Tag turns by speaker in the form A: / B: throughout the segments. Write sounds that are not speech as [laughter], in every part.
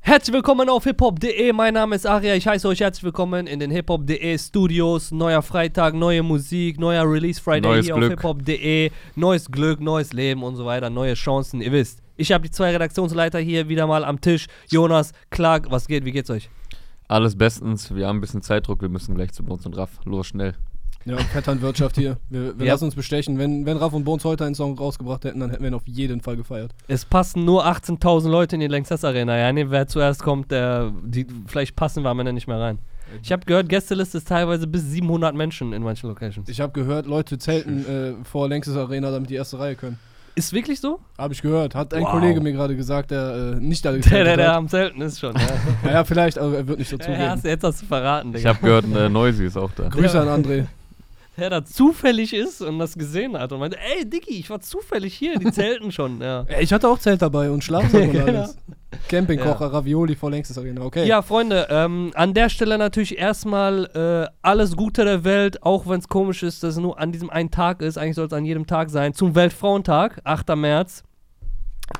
A: Herzlich willkommen auf hiphop.de. Mein Name ist Aria. Ich heiße euch herzlich willkommen in den hiphop.de Studios. Neuer Freitag, neue Musik, neuer Release Friday
B: Neues
A: hier auf
B: Glück.
A: hiphop.de. Neues Glück, neues Leben und so weiter, neue Chancen. Ihr wisst, ich habe die zwei Redaktionsleiter hier wieder mal am Tisch. Jonas, Clark, was geht? Wie geht's euch?
B: Alles bestens, wir haben ein bisschen Zeitdruck, wir müssen gleich zu Bones und Raff. Los, schnell.
C: Ja, Vetternwirtschaft hier. Wir, wir
A: Ja.
C: lassen uns bestechen. Wenn, wenn Raff und Bones heute einen Song rausgebracht hätten, dann hätten wir ihn auf jeden Fall gefeiert.
A: Es passen nur 18.000 Leute in die Lanxess Arena. Ja, nee, wer zuerst kommt, der, die, vielleicht passen wir am Ende nicht mehr rein. Ich habe gehört, Gästeliste ist teilweise bis 700 Menschen in manchen Locations.
C: Ich habe gehört, Leute zelten äh, vor Längstes Arena, damit die erste Reihe können.
A: Ist wirklich so?
C: Habe ich gehört. Hat ein
A: Wow.
C: Kollege mir gerade gesagt, der äh, nicht da
A: Der, der,
C: gezeltet
A: der
C: hat.
A: am Zelten ist schon. Ja.
C: Ja, ja, vielleicht, aber er wird nicht dazu
A: [laughs] Ja,
C: reden.
A: hast, jetzt hast du verraten,
B: Ich
A: Digga.
B: habe gehört, äh, Noisy ist auch da.
C: Grüße
A: [laughs]
C: an André.
A: Der da zufällig ist und das gesehen hat und meinte, ey Dicky, ich war zufällig hier,
B: [laughs]
A: die zelten schon. Ja.
C: Ja, Ich hatte auch Zelt dabei und Schlafsack
A: [laughs]
C: und
A: Ja, genau.
C: alles. Campingkocher, Ravioli vor Längstes Arena. Okay.
A: Ja, Freunde, ähm, an der Stelle natürlich erstmal äh, alles Gute der Welt, auch wenn es komisch ist, dass es nur an diesem einen Tag ist. Eigentlich soll es an jedem Tag sein. Zum Weltfrauentag, 8. März.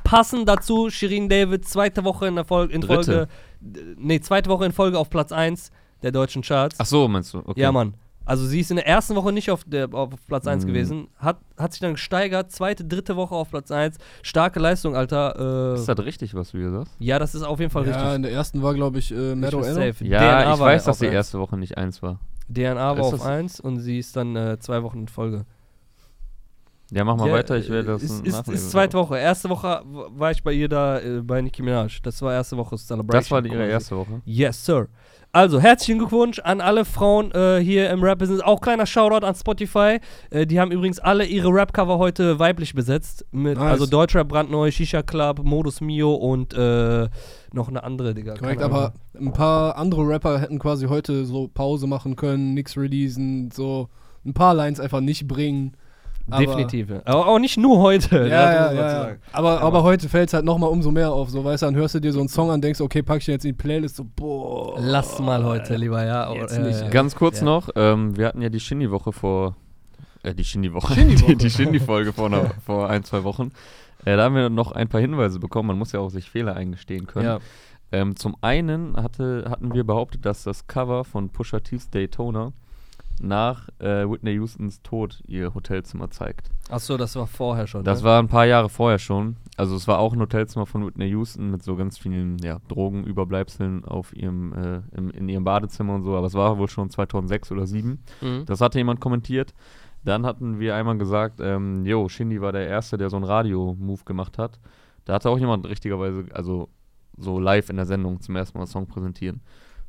A: Passend dazu, Shirin David, zweite Woche in, der Fol in
B: Dritte.
A: Folge. d- Nee, zweite Woche in Folge auf Platz 1 der deutschen Charts.
B: Ach so, meinst du? Okay.
A: Ja, Mann. Also sie ist in der ersten Woche nicht auf, der, auf Platz 1
B: Mhm.
A: gewesen, hat, hat sich dann gesteigert, zweite, dritte Woche auf Platz 1. Starke Leistung, Alter. Äh,
B: Ist das richtig, was du hier sagst?
A: ja, das ist auf jeden Fall
C: Ja,
A: richtig.
C: in der ersten war, glaube ich, äh, Meadow
A: Ich bin
C: Arrow.
A: safe.
B: Ja,
A: DNA
B: ich
A: war
B: weiß,
A: auf
B: dass die
A: eins.
B: erste Woche nicht eins war.
A: DNA war
B: Ist
A: auf
B: das-
A: 1 und sie ist dann äh, zwei Wochen in Folge.
B: Ja, mach mal
A: Ja, äh,
B: weiter, ich werde das
A: Ist, ist,
B: nachlesen.
A: ist zweite Woche. Erste Woche w- war ich bei ihr da, äh, bei Nicki Minaj. Das war erste Woche Celebration.
B: Das war die, ihre
A: quasi.
B: erste Woche.
A: Yes, Sir. Also, herzlichen Glückwunsch an alle Frauen äh, hier im Rap-Business. Auch kleiner Shoutout an Spotify. Äh, die haben übrigens alle ihre Rap-Cover heute weiblich besetzt. Mit,
C: Nice.
A: Also Deutschrap brandneu, Shisha Club, Modus Mio und äh, noch eine andere, Digga.
C: Korrekt,
A: Keine Ahnung.
C: aber ein paar andere Rapper hätten quasi heute so Pause machen können, nix releasen, so ein paar Lines einfach nicht bringen. Aber-
A: Definitiv. ja. Aber auch nicht nur heute.
C: Ja,
A: ne,
C: ja,
A: muss man zu
C: ja, ja.
A: sagen.
C: Aber, aber heute fällt es halt nochmal umso mehr auf. So, weißt du, dann hörst du dir so einen Song an, denkst, okay, pack ich den jetzt in die Playlist, so, boah.
A: Lass mal heute lieber, ja.
C: Oh, Jetzt
A: äh,
C: nicht.
B: Ganz kurz
A: Ja.
B: noch, ähm, wir hatten ja die Shindy-Woche vor. Äh, die Shindy-Woche. Die, [laughs] die Shindy-Folge vor, einer- vor ein, zwei Wochen. Äh, da haben wir noch ein paar Hinweise bekommen. Man muss ja auch sich Fehler eingestehen können.
A: Ja.
B: Ähm, zum einen hatte, hatten wir behauptet, dass das Cover von Pusha T's Daytona nach äh, Whitney Houstons Tod ihr Hotelzimmer zeigt.
A: Achso, das war vorher schon.
B: Das
A: ne?
B: war ein paar Jahre vorher schon. Also es war auch ein Hotelzimmer von Whitney Houston mit so ganz vielen ja, Drogenüberbleibseln auf ihrem, äh, im, in ihrem Badezimmer und so. Aber es war wohl schon 2006 oder 2007.
A: Mhm.
B: Das hatte jemand kommentiert. Dann hatten wir einmal gesagt, ähm, yo, Shindy war der Erste, der so einen Radio-Move gemacht hat. Da hatte auch jemand richtigerweise, also so live in der Sendung zum ersten Mal einen Song präsentieren.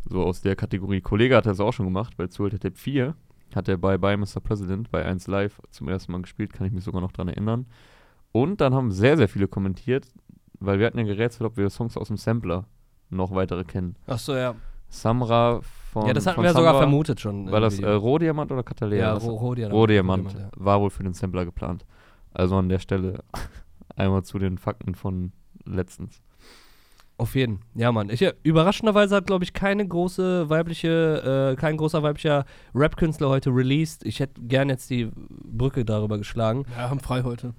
B: So aus der Kategorie. Kollege hat das auch schon gemacht, bei Zuhälter Tipp 4 hat er bei Bye Mr. President bei 1 Live zum ersten Mal gespielt, kann ich mich sogar noch dran erinnern. Und dann haben sehr, sehr viele kommentiert, weil wir hatten ja gerätselt, ob wir Songs aus dem Sampler noch weitere kennen.
A: Achso, ja.
B: Samra von
A: Ja, das hatten
B: von
A: wir sogar
B: Samra,
A: vermutet schon.
B: War
A: im
B: das äh,
A: Video.
B: Rohdiamant oder Katalea?
A: ja,
B: Das-
A: Ro- Rohdiamant.
B: Rohdiamant
A: ja.
B: war wohl für den Sampler geplant. Also an der Stelle [laughs] einmal zu den Fakten von letztens.
A: Auf jeden. Ja, Mann. Ich, äh, überraschenderweise hat, glaube ich, keine große weibliche, äh, kein großer weiblicher Rap-Künstler heute released. Ich hätte gern jetzt die Brücke darüber geschlagen.
C: Ja, haben frei heute.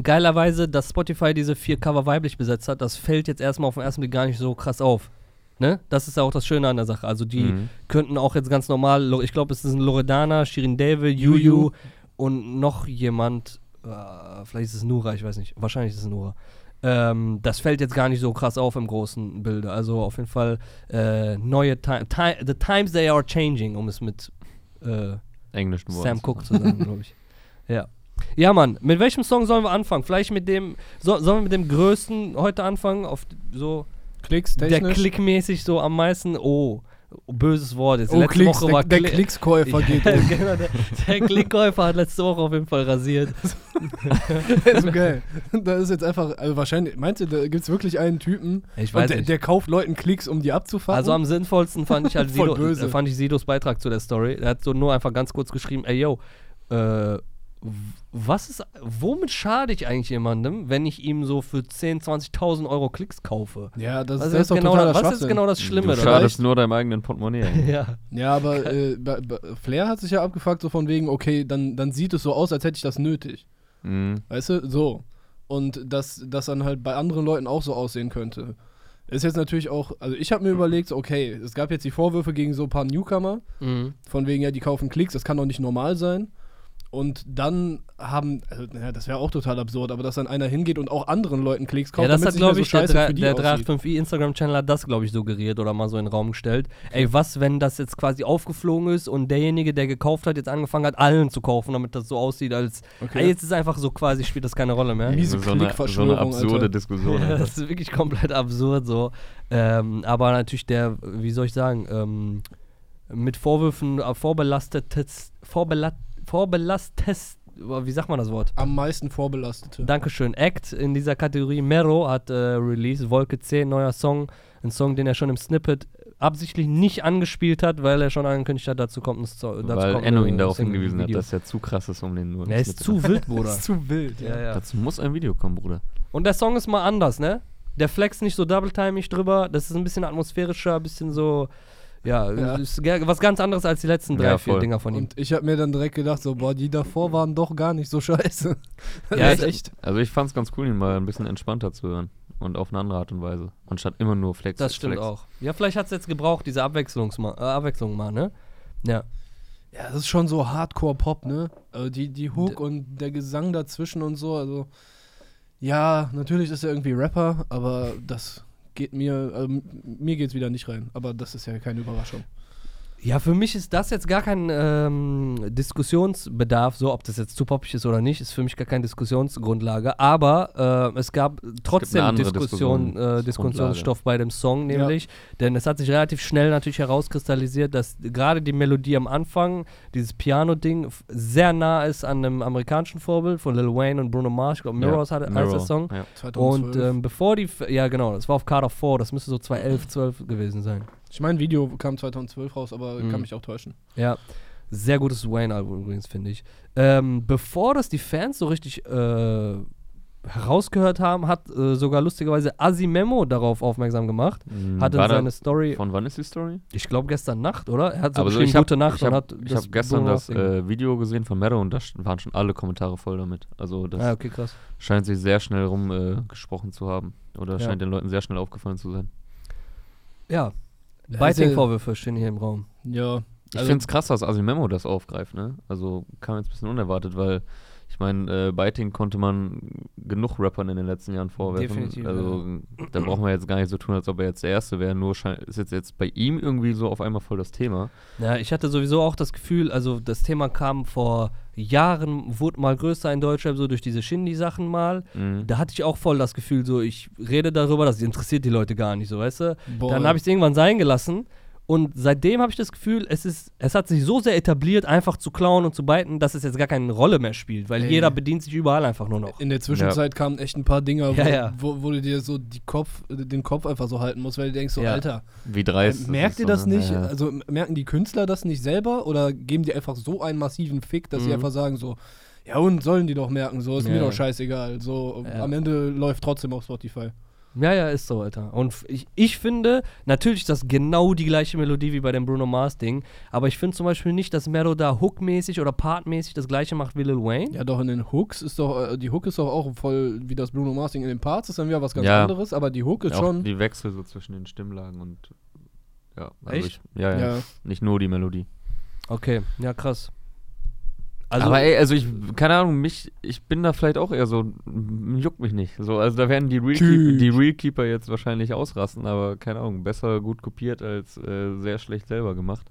A: Geilerweise, dass Spotify diese vier Cover weiblich besetzt hat, das fällt jetzt erstmal auf den ersten Blick gar nicht so krass auf. Ne? Das ist ja auch das Schöne an der Sache. Also die
B: Mhm.
A: könnten auch jetzt ganz normal, Lo- ich glaube, es sind Loredana, Shirin David, Juju und noch jemand, äh, vielleicht ist es Nura, ich weiß nicht, wahrscheinlich ist es Nura. Ähm, das fällt jetzt gar nicht so krass auf im großen Bilde. Also auf jeden Fall äh, neue Time, ti The Times They Are Changing, um es mit äh,
B: Englischen
A: Sam
B: Worten.
A: Cook zu sagen, glaube ich. Ja. Ja, Mann, mit welchem Song sollen wir anfangen? Vielleicht mit dem, so, sollen wir mit dem größten heute anfangen? Auf so,
C: Klicks,
A: der
C: technisch.
A: klickmäßig so am meisten, oh, böses Wort jetzt.
C: oh, Klicks, der, der
A: Kli- [laughs]
C: Klickskäufer
A: Ja,
C: geht um. [laughs]
A: genau, der, der Klickkäufer hat letzte Woche auf jeden Fall rasiert.
C: so geil. Da ist jetzt einfach, also wahrscheinlich, meinst du, da gibt es wirklich einen Typen,
A: Ich
C: und der, der kauft Leuten Klicks, um die abzufahren?
A: Also am sinnvollsten fand ich halt
C: Voll
A: Sido,
C: böse.
A: äh, fand ich Sidos Beitrag zu der Story. Er hat so nur einfach ganz kurz geschrieben, ey yo, äh, w- was ist, womit schade ich eigentlich jemandem, wenn ich ihm so für 10, 20.000 Euro Klicks kaufe?
C: ja, das,
A: Was
C: das
A: ist,
C: ist doch
A: genau,
C: totaler
A: das, was ist
C: Schwachsinn.
A: genau das Schlimme
B: Mhm. du
A: daran?
B: schadest nur deinem eigenen Portemonnaie.
A: [laughs] Ja.
C: Ja, aber
A: [laughs]
C: äh, ba- ba- Flair hat sich ja abgefuckt, so von wegen, okay, dann, dann sieht es so aus, als hätte ich das nötig.
B: mhm.
C: Weißt du? So. Und dass das dann halt bei anderen Leuten auch so aussehen könnte. Ist jetzt natürlich auch, also ich habe mir überlegt, so, okay, es gab jetzt die Vorwürfe gegen so ein paar Newcomer,
A: Mhm.
C: von wegen, ja, die kaufen Klicks, das kann doch nicht normal sein. Und dann haben, also, naja, das wäre auch total absurd, aber dass dann einer hingeht und auch anderen Leuten Klicks kauft,
A: Ja, das
C: damit's
A: hat,
C: nicht mehr
A: glaube ich, der,
C: scheiße
A: drei-
C: für die
A: der
C: aussieht.
A: 385i Instagram-Channel hat das, glaube ich, suggeriert oder mal so in den Raum gestellt. Ey, was, wenn das jetzt quasi aufgeflogen ist und derjenige, der gekauft hat, jetzt angefangen hat, allen zu kaufen, damit das so aussieht, als. Ey, Ah, jetzt ist einfach so quasi, spielt das keine Rolle mehr.
C: Miese
B: so, eine, so
C: Klickverschwörung,
B: eine absurde
A: [laughs]
C: Alter.
B: Diskussion.
A: Ja,
B: Alter.
A: das ist wirklich komplett absurd so. Ähm, aber natürlich der, wie soll ich sagen, ähm, mit Vorwürfen äh, vorbelastetes, vorbelat, vorbelastes, wie sagt man das Wort?
C: Am meisten Vorbelastete.
A: Dankeschön. Act in dieser Kategorie Mero hat äh, Release Wolke 10, neuer Song. Ein Song, den er schon im Snippet absichtlich nicht angespielt hat, weil er schon angekündigt hat, dazu kommt ein Song. Dazu
B: Weil
A: kommt
B: Enno
A: eine
B: ihn darauf
A: Single-
B: hingewiesen hat,
A: Video.
B: dass er zu krass ist, um den nur.
A: Er ist zu
B: [laughs]
A: wild, Bruder.
C: zu wild.
A: ja, ja.
B: Dazu muss ein Video kommen, Bruder.
A: Und der Song ist mal anders, ne? Der Flex nicht so double-timig drüber. Das ist ein bisschen atmosphärischer, ein bisschen so. Ja,
C: Ja.
A: Ist ge- was ganz anderes als die letzten drei,
B: Ja,
A: vier
B: voll.
A: Dinger von ihm.
C: Und ich habe mir dann direkt gedacht, so, boah, die davor waren doch gar nicht so [laughs] scheiße.
A: Ja,
C: Das ist
A: ich-
C: echt.
B: Also ich fand's ganz cool, ihn mal ein bisschen entspannter zu hören. Und auf eine andere Art und Weise. Anstatt immer nur Flex.
A: Das stimmt
B: Flex.
A: auch. Ja, vielleicht hat es jetzt gebraucht, diese Abwechslungsma äh, Abwechslung mal, ne? Ja.
C: Ja, das ist schon so Hardcore-Pop, ne? Also die, die Hook und der Gesang dazwischen und so, also. Ja, natürlich ist er irgendwie Rapper, aber das geht mir, also m- mir geht's wieder nicht rein. Aber das ist ja keine Überraschung.
A: Ja, für mich ist das jetzt gar kein ähm, Diskussionsbedarf, so ob das jetzt zu poppig ist oder nicht, ist für mich gar keine Diskussionsgrundlage. Aber äh, es gab trotzdem
B: andere
A: Diskussion, äh,
B: Diskussionsgrundlage.
A: Diskussionsstoff bei dem Song,
C: Ja.
A: nämlich, denn es hat sich relativ schnell natürlich herauskristallisiert, dass gerade die Melodie am Anfang, dieses Piano-Ding, f- sehr nah ist an einem amerikanischen Vorbild von Lil Wayne und Bruno Mars. Ich glaube, Mirrors hat, heißt der Song.
B: Ja.
A: Und
C: 2012.
A: ähm, bevor die, f- ja genau, das war auf Card of Four, das müsste so 2011, 12 gewesen sein.
C: ich meine, Video kam 2012 raus, aber
A: Mhm.
C: kann mich auch täuschen.
A: Ja, sehr gutes Wayne-Album übrigens, finde ich. Ähm, bevor das die Fans so richtig äh, herausgehört haben, hat äh, sogar lustigerweise Asi Memo darauf aufmerksam gemacht.
B: Mhm.
A: Hat in
B: War da-
A: seine Story,
B: Von wann ist die Story?
A: ich glaube gestern Nacht, oder? Er hat so
B: Aber so,
A: geschrieben,
B: ich hab-
A: gute Nacht
B: ich hab,
A: und hat
B: Ich habe gestern
A: Bruno
B: das
A: Mars Ding-
B: äh, Video gesehen von Mero und da sch- waren schon alle Kommentare voll damit. Also das
A: ah, okay, krass.
B: scheint sich sehr schnell rumgesprochen äh, gesprochen zu haben. Oder
A: Ja.
B: scheint den Leuten sehr schnell aufgefallen zu sein.
A: Ja, also
C: Ja,
A: Biting-Vorwürfe stehen hier im Raum.
C: Also, Ja.
B: Ich
C: Also-
B: finde es krass, dass Asimemo das aufgreift, ne? Also kam jetzt ein bisschen unerwartet, weil ich meine, äh, Biting konnte man genug Rappern in den letzten Jahren vorwerfen.
A: Definitiv,
B: Also da brauchen wir jetzt gar nicht so tun, als ob er jetzt der Erste wäre. Nur schein- ist jetzt, jetzt bei ihm irgendwie so auf einmal voll das Thema.
A: Ja, ich hatte sowieso auch das Gefühl, also das Thema kam vor Jahren, wurde mal größer in Deutschland, so durch diese Shindy-Sachen mal.
B: Mhm.
A: Da hatte ich auch voll das Gefühl, so ich rede darüber, das interessiert die Leute gar nicht, so weißt du.
C: Boah.
A: Dann habe ich es irgendwann sein gelassen. Und seitdem habe ich das Gefühl, es, ist, es hat sich so sehr etabliert, einfach zu klauen und zu biten, dass es jetzt gar keine Rolle mehr spielt, weil
C: Ey.
A: jeder bedient sich überall einfach nur noch.
C: In der Zwischenzeit kamen echt ein paar Dinger, wo,
A: Ja, ja.
C: wo, wo du dir so die Kopf, den Kopf einfach so halten musst, weil du denkst so,
A: Ja.
C: Alter,
B: Wie dreist.
C: Äh, Merkt
B: ist
C: ihr
B: so,
C: das
B: ne?
C: nicht?
B: Ja, ja.
C: Also m- merken die Künstler das nicht selber oder geben die einfach so einen massiven Fick, dass sie
A: Mhm.
C: einfach sagen so, ja und sollen die doch merken, so ist mir
A: Ja.
C: doch scheißegal. So
A: Ja.
C: am Ende läuft trotzdem auf Spotify.
A: Ja, ja, ist so, Alter. Und f- ich, ich finde, natürlich ist das genau die gleiche Melodie wie bei dem Bruno Mars-Ding, aber ich finde zum Beispiel nicht, dass Mero da hookmäßig oder partmäßig das gleiche macht wie Lil Wayne.
C: Ja doch in den Hooks ist doch, äh, die Hook ist doch auch voll wie das Bruno Mars Ding in den Parts, ist dann wieder was ganz
B: Ja.
C: anderes, aber die Hook ist
B: Auch
C: schon.
B: Die Wechsel so zwischen den Stimmlagen und. Ja, also
A: Echt?
B: Ich, ja, ja,
C: ja.
B: Nicht nur die Melodie.
A: Okay, ja, krass. Also,
B: aber ey, also ich, keine Ahnung, mich, ich bin da vielleicht auch eher so, m- juckt mich nicht. So, also da werden die Real,
C: Tschüss.
B: Keep, die Real Keeper jetzt wahrscheinlich ausrasten, aber keine Ahnung, besser gut kopiert als äh, sehr schlecht selber gemacht.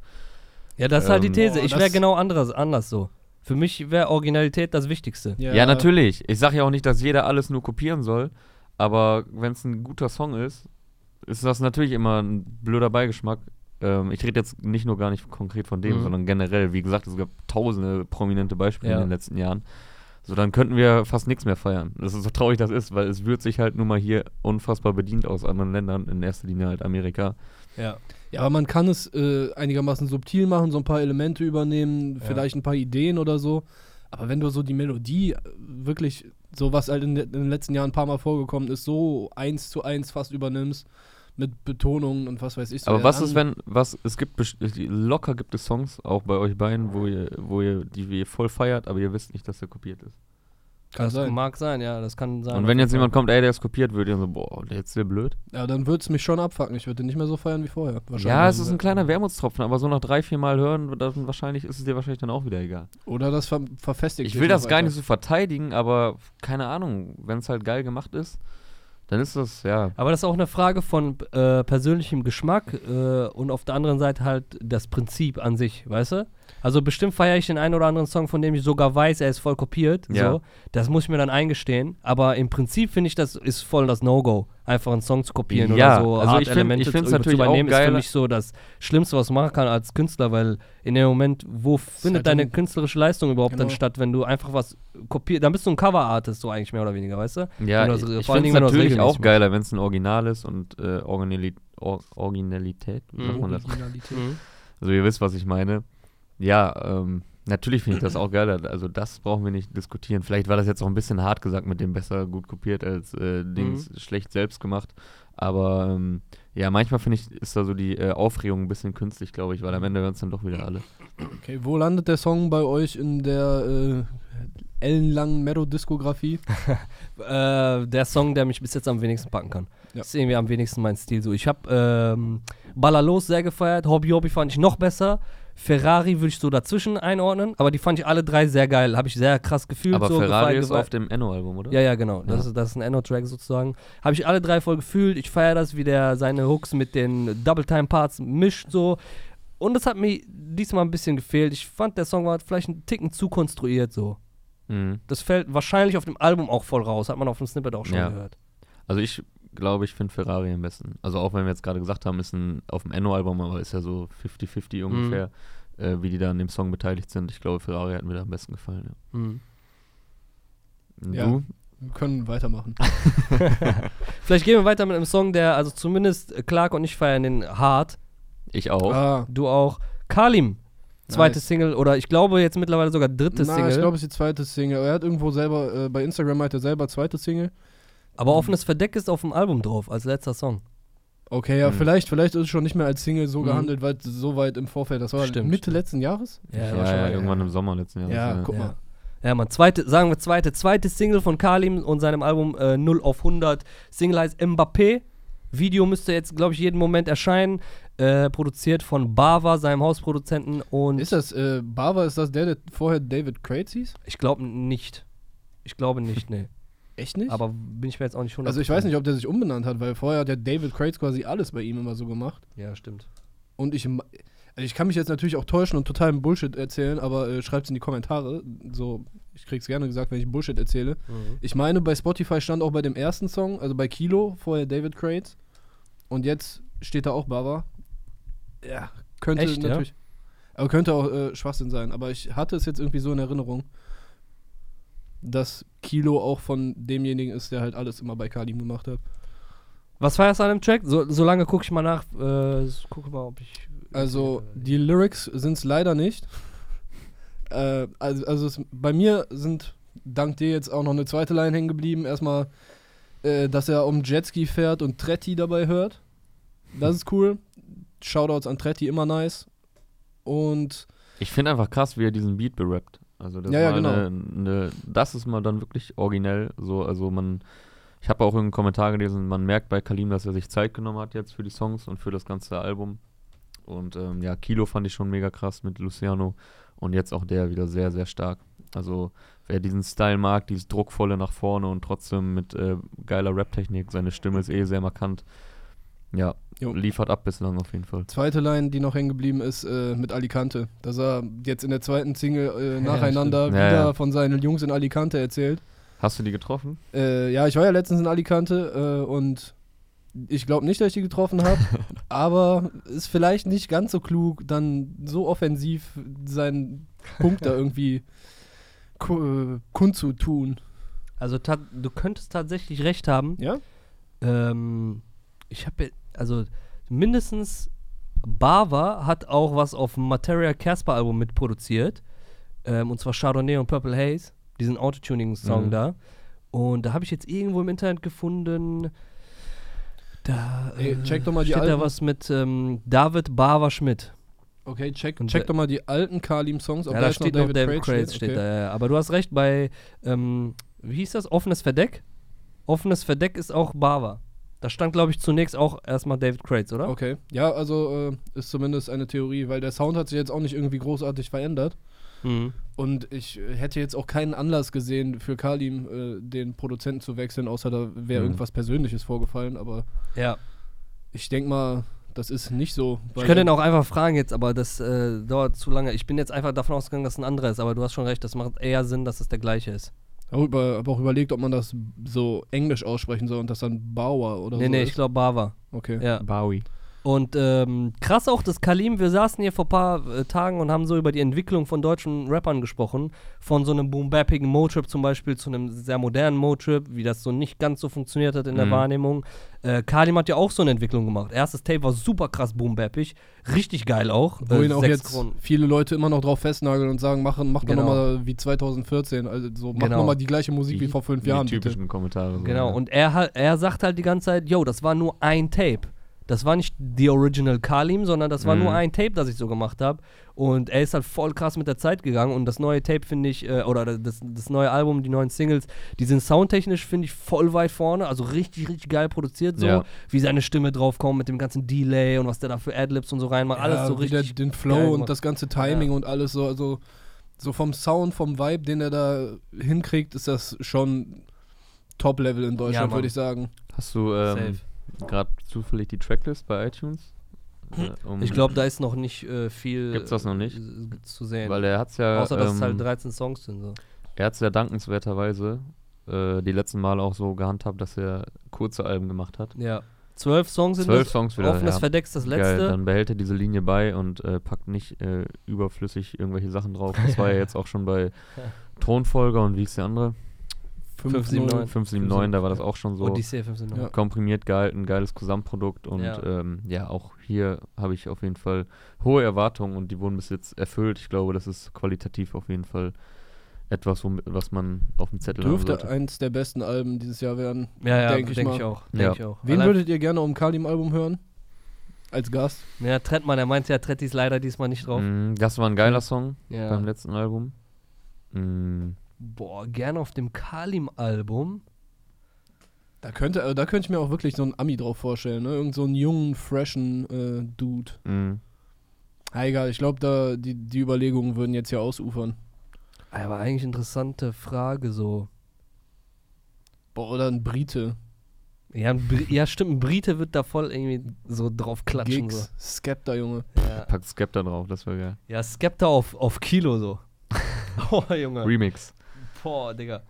A: ja, das ist halt die
B: ähm,
A: These.
C: boah,
A: ich wäre
C: das-
A: genau anders, anders so. Für mich wäre Originalität das Wichtigste.
B: Ja, natürlich. Ich sage ja auch nicht, dass jeder alles nur kopieren soll, aber wenn es ein guter Song ist, ist das natürlich immer ein blöder Beigeschmack. Ähm, ich rede jetzt nicht nur gar nicht konkret von dem,
A: Mhm.
B: sondern generell. Wie gesagt, es gab tausende prominente Beispiele
A: Ja.
B: in den letzten Jahren. So, dann könnten wir fast nichts mehr feiern. Das ist so traurig, das ist, weil es wird sich halt nun mal hier unfassbar bedient aus anderen Ländern, in erster Linie halt Amerika.
A: Ja.
C: Ja, aber man kann es äh, einigermaßen subtil machen, so ein paar Elemente übernehmen, vielleicht ein paar Ideen oder so. Aber wenn du so die Melodie äh, wirklich, so was halt in, de- in den letzten Jahren ein paar Mal vorgekommen ist, so eins zu eins fast übernimmst, mit Betonungen und was weiß ich. So,
B: Aber
C: ja,
B: was
C: dann-
B: ist, wenn, was, es gibt, best- locker gibt es Songs, auch bei euch beiden, wo ihr, wo ihr, die ihr voll feiert, aber ihr wisst nicht, dass er kopiert ist.
C: Kann
A: das
C: sein.
A: mag sein, ja, das kann sein.
B: Und wenn jetzt jemand kommt, ey, der ist kopiert, würde ich so, boah, der ist der blöd.
C: Ja, dann würde es mich schon abfacken. Ich würde den nicht mehr so feiern wie vorher. Wahrscheinlich.
B: Ja, es ist ein kleiner Wermutstropfen, aber so nach drei, vier Mal hören, dann wahrscheinlich ist es dir wahrscheinlich dann auch wieder egal.
C: Oder das ver verfestigt
B: Ich
C: sich
B: will
C: noch
B: das gar
C: weiter.
B: nicht so verteidigen, aber keine Ahnung, wenn es halt geil gemacht ist, dann ist das, ja.
A: Aber das ist auch eine Frage von äh, persönlichem Geschmack äh, und auf der anderen Seite halt das Prinzip an sich, weißt du? Also bestimmt feiere ich den einen oder anderen Song, von dem ich sogar weiß, er ist voll kopiert.
B: Ja.
A: So. Das muss ich mir dann eingestehen. Aber im Prinzip finde ich, das ist voll das No-Go, einfach einen Song zu kopieren
B: Ja,
A: oder so.
B: also ich find-
A: Elemente
B: ich find's
A: zu-
B: natürlich
A: zu übernehmen
B: auch geil.
A: ist für mich so das Schlimmste, was man machen kann als Künstler, weil in dem Moment, wo findet
C: halt
A: deine
C: ein-
A: künstlerische Leistung überhaupt dann
C: Genau.
A: statt, wenn du einfach was kopierst? Dann bist du ein Cover-Artist, so eigentlich mehr oder weniger, weißt du?
B: Ja,
A: Wenn du
B: ich,
A: das-
B: ich
A: vor allen Dingen, wenn
B: finde es
A: du das
B: natürlich
A: regelmäßig
B: auch geiler, wenn es ein Original ist und äh, Originali Or Originalität, wie
A: Mhm.
B: sagt man das?
C: Originalität.
B: Also ihr wisst, was ich meine. Ja, ähm, natürlich finde ich das auch geiler. Also das brauchen wir nicht diskutieren. Vielleicht war das jetzt auch ein bisschen hart gesagt mit dem besser gut kopiert als äh, Dings
A: Mhm.
B: schlecht selbst gemacht. Aber ähm, ja, manchmal finde ich, ist da so die äh, Aufregung ein bisschen künstlich, glaube ich, weil am Ende hören es dann doch wieder alle.
C: Okay, wo landet der Song bei euch in der äh, ellenlangen Meadow-Diskografie?
A: äh, der Song, der mich bis jetzt am wenigsten packen kann.
C: Ja.
A: Ist irgendwie am wenigsten mein Stil so. Ich habe ähm, Ballerlos sehr gefeiert, Hobby Hobby fand ich noch besser. Ferrari würde ich so dazwischen einordnen, aber die fand ich alle drei sehr geil. Habe ich sehr krass gefühlt.
B: Aber
A: so
B: Ferrari
A: gefeiert,
B: ist
A: gefeiert.
B: auf dem Enno-Album, oder?
A: Ja, ja, genau. Das,
B: Ja.
A: ist, das ist ein Enno-Track sozusagen. Habe ich alle drei voll gefühlt. Ich feiere das, wie der seine Hooks mit den Double-Time-Parts mischt so. Und das hat mir diesmal ein bisschen gefehlt. Ich fand, der Song war vielleicht einen Ticken zu konstruiert so.
B: Mhm.
A: Das fällt wahrscheinlich auf dem Album auch voll raus. Hat man auf dem Snippet auch schon
B: Ja.
A: gehört.
B: Also ich glaube, ich finde Ferrari am besten. Also auch wenn wir jetzt gerade gesagt haben, ist ein auf dem Enno-Album, aber ist ja so 50-50
A: Mhm.
B: ungefähr, äh, wie die da an dem Song beteiligt sind. Ich glaube, Ferrari hat mir da am besten gefallen. Ja.
A: Mhm.
B: Und
C: Ja.
B: Du?
C: Wir können weitermachen.
A: Vielleicht gehen wir weiter mit einem Song, der, also zumindest äh, Clark und ich feiern den hart.
B: Ich auch.
C: Ah,
A: Du auch. Kalim, zweite
C: Nice.
A: Single oder ich glaube jetzt mittlerweile sogar dritte
C: na,
A: Single.
C: ich glaube, es ist die zweite Single. Er hat irgendwo selber, äh, bei Instagram meint er selber zweite Single.
A: aber offenes Verdeck ist auf dem Album drauf, als letzter Song.
C: Okay, ja,
A: Hm.
B: Mhm.
C: vielleicht, vielleicht ist es schon nicht mehr als Single so
A: Mhm.
C: gehandelt, weil so weit im Vorfeld. Das war
A: Stimmt,
C: Mitte
A: stimmt.
C: letzten Jahres?
B: Ja,
A: war schon
B: ja,
A: mal-
B: irgendwann im Sommer letzten Jahres.
C: Ja, guck
A: ja.
C: mal.
A: Ja, man, zweite, sagen wir zweite, zweite Single von Kalim und seinem Album äh, 0 auf 100. Single heißt Mbappé. Video müsste jetzt, glaube ich, jeden Moment erscheinen. Äh, produziert von Bava, seinem Hausproduzenten. Und
C: Ist das, äh, Bava, ist das der, der vorher David Crates hieß?
A: ich glaube nicht. Ich glaube nicht, nee.
C: Echt nicht?
A: Aber bin ich mir jetzt auch nicht 100%.
C: also ich weiß nicht, ob der sich umbenannt hat, weil vorher hat ja David Crates quasi alles bei ihm immer so gemacht.
A: Ja, stimmt.
C: Und ich, ma- also ich kann mich jetzt natürlich auch täuschen und totalen Bullshit erzählen, aber äh, schreibt's in die Kommentare. So, ich krieg's gerne gesagt, wenn ich Bullshit erzähle.
A: Mhm.
C: Ich meine, bei Spotify stand auch bei dem ersten Song, also bei Kilo, vorher David Crates. Und jetzt steht da auch Baba. Ja, könnte
A: Echt, ja?
C: natürlich. Aber könnte auch äh, Schwachsinn sein. Aber ich hatte es jetzt irgendwie so in Erinnerung, dass Kilo auch von demjenigen ist, der halt alles immer bei Kalim gemacht hat.
A: Was feierst du an dem Track? So, so lange gucke ich mal nach. Äh, gucke mal, ob ich. äh,
C: Also die Lyrics sind es
B: [laughs]
C: leider nicht. äh, also also es, bei mir sind dank dir jetzt auch noch eine zweite Line hängen geblieben. Erstmal, äh, dass er um Jetski fährt und Tretti dabei hört. Das ist cool. Shoutouts an Tretti, immer nice. Und
B: Ich finde einfach krass, wie er diesen Beat berappt. Also das,
C: Ja, ja,
B: mal
C: genau.
B: eine, eine, das ist mal dann wirklich originell. So, also man, ich habe auch irgendeinen Kommentar gelesen, man merkt bei Kalim, dass er sich Zeit genommen hat jetzt für die Songs und für das ganze Album. Und ähm, ja, Kilo fand ich schon mega krass mit Luciano und jetzt auch der wieder sehr, sehr stark. Also wer diesen Style mag, dieses druckvolle nach vorne und trotzdem mit äh, geiler Rap-Technik, seine Stimme ist eh sehr markant. Ja,
C: Jo.
B: liefert ab bislang auf jeden Fall.
C: zweite Line, die noch hängen geblieben ist, äh, mit Alicante. Dass er jetzt in der zweiten Single äh,
A: Ja,
C: nacheinander
B: stimmt. [laughs] Ja,
C: wieder
B: ja.
C: von seinen Jungs in Alicante erzählt.
B: Hast du die getroffen?
C: Äh, ja, ich war ja letztens in Alicante äh, und ich glaube nicht, dass ich die getroffen habe, aber ist vielleicht nicht ganz so klug, dann so offensiv seinen Punkt da irgendwie ku äh, kundzutun.
A: Also ta- du könntest tatsächlich recht haben.
C: Ja?
A: Ähm, ich habe also mindestens Bava hat auch was auf dem Materia Casper Album mitproduziert. Ähm, und zwar Chardonnay und Purple Haze, diesen Autotuning-Song
B: Mhm.
A: da. Und da habe ich jetzt irgendwo im Internet gefunden, da
C: Ey,
A: äh,
C: check doch mal die
A: steht da
C: Alben.
A: was mit ähm, David Bava Schmidt.
C: Okay, check,
A: Und
C: check
A: der-
C: doch mal die alten Kalim-Songs,
A: ja,
C: ob da
A: da
C: jetzt
A: steht noch David,
C: Crates
A: Crates steht da. ja, ja. Aber du hast recht, bei ähm, wie hieß das? Offenes Verdeck? Offenes Verdeck ist auch Bava. Da stand, glaube ich, zunächst auch erstmal David Crates, oder?
C: Okay. Ja, also äh, ist zumindest eine Theorie, weil der Sound hat sich jetzt auch nicht irgendwie großartig verändert.
A: Mhm.
C: Und ich äh, hätte jetzt auch keinen Anlass gesehen, für Kalim äh, den Produzenten zu wechseln, außer da wäre
B: Mhm.
C: irgendwas Persönliches vorgefallen. Aber
A: Ja.
C: ich denke mal, das ist nicht so.
A: Ich
C: weil-
A: könnte ihn auch einfach fragen jetzt, aber das äh, dauert zu lange. Ich bin jetzt einfach davon ausgegangen, dass es ein anderer ist, aber du hast schon recht, das macht eher Sinn, dass es der gleiche ist.
C: Darüber, aber auch überlegt, ob man das so englisch aussprechen soll und das dann Bauer oder
A: nee,
C: so.
A: nee,
C: ist.
A: ich glaube Bava.
C: Okay.
A: Ja.
B: Bowie.
A: Und ähm, krass auch, dass Kalim, wir saßen hier vor ein paar äh, Tagen und haben so über die Entwicklung von deutschen Rappern gesprochen. Von so einem boom-bappigen Motrip zum Beispiel zu einem sehr modernen Motrip, wie das so nicht ganz so funktioniert hat in der
B: Mhm.
A: Wahrnehmung. Äh, Kalim hat ja auch so eine Entwicklung gemacht. Erstes Tape war super krass boom-bappig, richtig geil auch. Äh,
C: Wohin auch
A: sechs
C: jetzt
A: Kronen.
C: viele Leute immer noch drauf festnageln und sagen, machen, macht
A: Genau.
C: doch nochmal wie 2014. Also so, macht
A: Genau.
C: nochmal die gleiche Musik wie vor fünf Jahren,
B: Die
C: bitte.
B: typischen Kommentare. So, ne?
A: Genau,
B: ja.
A: und er, ha- er sagt halt die ganze Zeit, yo, das war nur ein Tape. Das war nicht The Original Kalim, sondern das war
B: Mhm.
A: nur ein Tape, das ich so gemacht habe. Und er ist halt voll krass mit der Zeit gegangen. Und das neue Tape finde ich, äh, oder das, das neue Album, die neuen Singles, die sind soundtechnisch, finde ich, voll weit vorne. Also richtig, richtig geil produziert, so
B: Ja.
A: wie seine Stimme draufkommt mit dem ganzen Delay und was der da für Adlibs und so reinmacht. alles so
C: wie der,
A: richtig.
C: den
A: geil
C: Flow und
A: gemacht.
C: das ganze Timing und alles so. Also so vom Sound, vom Vibe, den er da hinkriegt, ist das schon Top-Level in Deutschland,
A: Mann.
C: würde ich sagen.
B: Hast du ähm, gerade zufällig die Tracklist bei iTunes? Äh, um-
A: Hm, Ich glaube, da ist noch nicht äh, viel
B: Gibt's das noch nicht?
A: äh, zu sehen.
B: Weil er hat's ja.
A: Außer, dass es halt
B: ähm,
A: 13 Songs sind. So.
B: Er hat es ja dankenswerterweise äh, die letzten Male auch so gehandhabt, dass er kurze Alben gemacht hat.
A: Ja. Zwölf Songs sind
B: Zwölf
A: das.
B: Songs wieder.
A: Offenes
B: ja.
A: Verdeck ist das
B: Geil,
A: letzte.
B: dann behält er diese Linie bei und äh, packt nicht äh, überflüssig irgendwelche Sachen drauf.
A: [laughs]
B: Das war ja jetzt auch schon bei Thronfolger und wie ist der andere?
A: 579.
B: 579, da war das auch schon so
A: Odyssee 15
C: Ja.
B: komprimiert gehalten, geiles Gesamtprodukt und
A: Ja.
B: ja, ähm, ja auch hier habe ich auf jeden Fall hohe Erwartungen und die wurden bis jetzt erfüllt. Ich glaube, das ist qualitativ auf jeden Fall etwas, womit- was man auf dem Zettel haben
C: Dürfte
B: sollte.
C: eins der besten Alben dieses Jahr werden.
A: Ja, ja,
C: Denk
A: denke
C: ich
A: ich,
C: mal.
A: auch. Denk
B: Ja.
A: ich auch.
C: Wen
A: Allein-
C: würdet ihr gerne auf dem Kalim-Album hören? Als Gast?
A: ja, Trettmann, er meinte ja, Tretti ist leider diesmal nicht drauf.
B: Mm, Das war ein geiler Song
A: Ja.
B: beim letzten Album. Mm,
A: Boah, gerne auf dem Kalim-Album.
C: Da könnte, äh, da könnte ich mir auch wirklich so einen Ami drauf vorstellen, ne? Irgend so einen jungen, freshen äh, Dude.
B: mm.
C: Ah, egal, ich glaube, da die, die Überlegungen würden jetzt hier ausufern.
A: Aber eigentlich interessante Frage so.
C: Boah, oder ein Brite.
A: Ja, ein
C: [laughs]
A: Bri- ja, stimmt, ein Brite wird da voll irgendwie so drauf klatschen. So.
C: Gigs, Skepta, Junge.
A: Ja.
B: Packt Skepta drauf, das wäre geil.
A: ja, Skepta auf, auf Kilo
B: [laughs]
A: so. oh, Junge.
B: Remix.
A: Boah, Digga.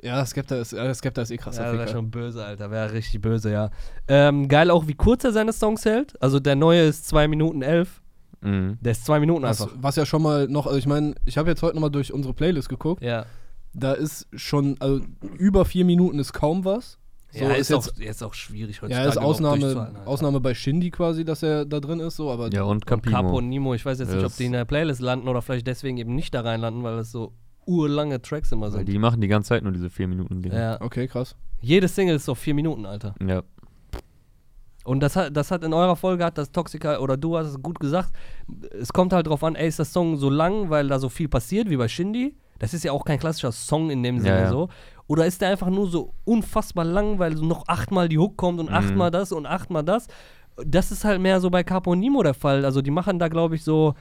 C: Ja, Skepta ist, äh, Skepta ist eh krasser
A: ja, wäre
C: Ficker.
A: schon böse, Alter. Wäre richtig böse, ja. Ähm, geil auch, wie kurz er seine Songs hält. Also der neue ist 2 Minuten 11.
B: Mm.
A: Der ist 2 Minuten
C: Was,
A: einfach.
C: was ja schon mal noch, also ich meine, ich habe jetzt heute nochmal durch unsere Playlist geguckt.
A: Ja.
C: Da ist schon, also über vier Minuten ist kaum was. So
A: ja,
C: ist
A: ist,
C: jetzt-
A: auch, jetzt auch schwierig heute.
C: Ja, ist Ausnahme, Ausnahme bei Shindy quasi, dass er da drin ist, so, aber
B: Ja, und Capimo.
A: Capo und Nimo, ich weiß jetzt nicht, ob
B: Das-
A: die in der Playlist landen oder vielleicht deswegen eben nicht da reinlanden, weil das so urlange Tracks immer
B: Weil
A: sind.
B: die machen die ganze Zeit nur diese 4 Minuten Dinge.
A: ja.
C: okay, krass.
A: Jede Single ist so vier Minuten, Alter.
B: Ja.
A: Und das hat, das hat in eurer Folge, hat das Toxica oder du hast es gut gesagt, es kommt halt drauf an, ey, ist das Song so lang, weil da so viel passiert, wie bei Shindy? Das ist ja auch kein klassischer Song in dem
B: Ja,
A: Sinne
B: ja.
A: so. Oder ist der einfach nur so unfassbar lang, weil so noch achtmal die Hook kommt und
B: Mhm.
A: achtmal das und achtmal das? Das ist halt mehr so bei Caponimo der Fall. Also die machen da, glaube ich, so,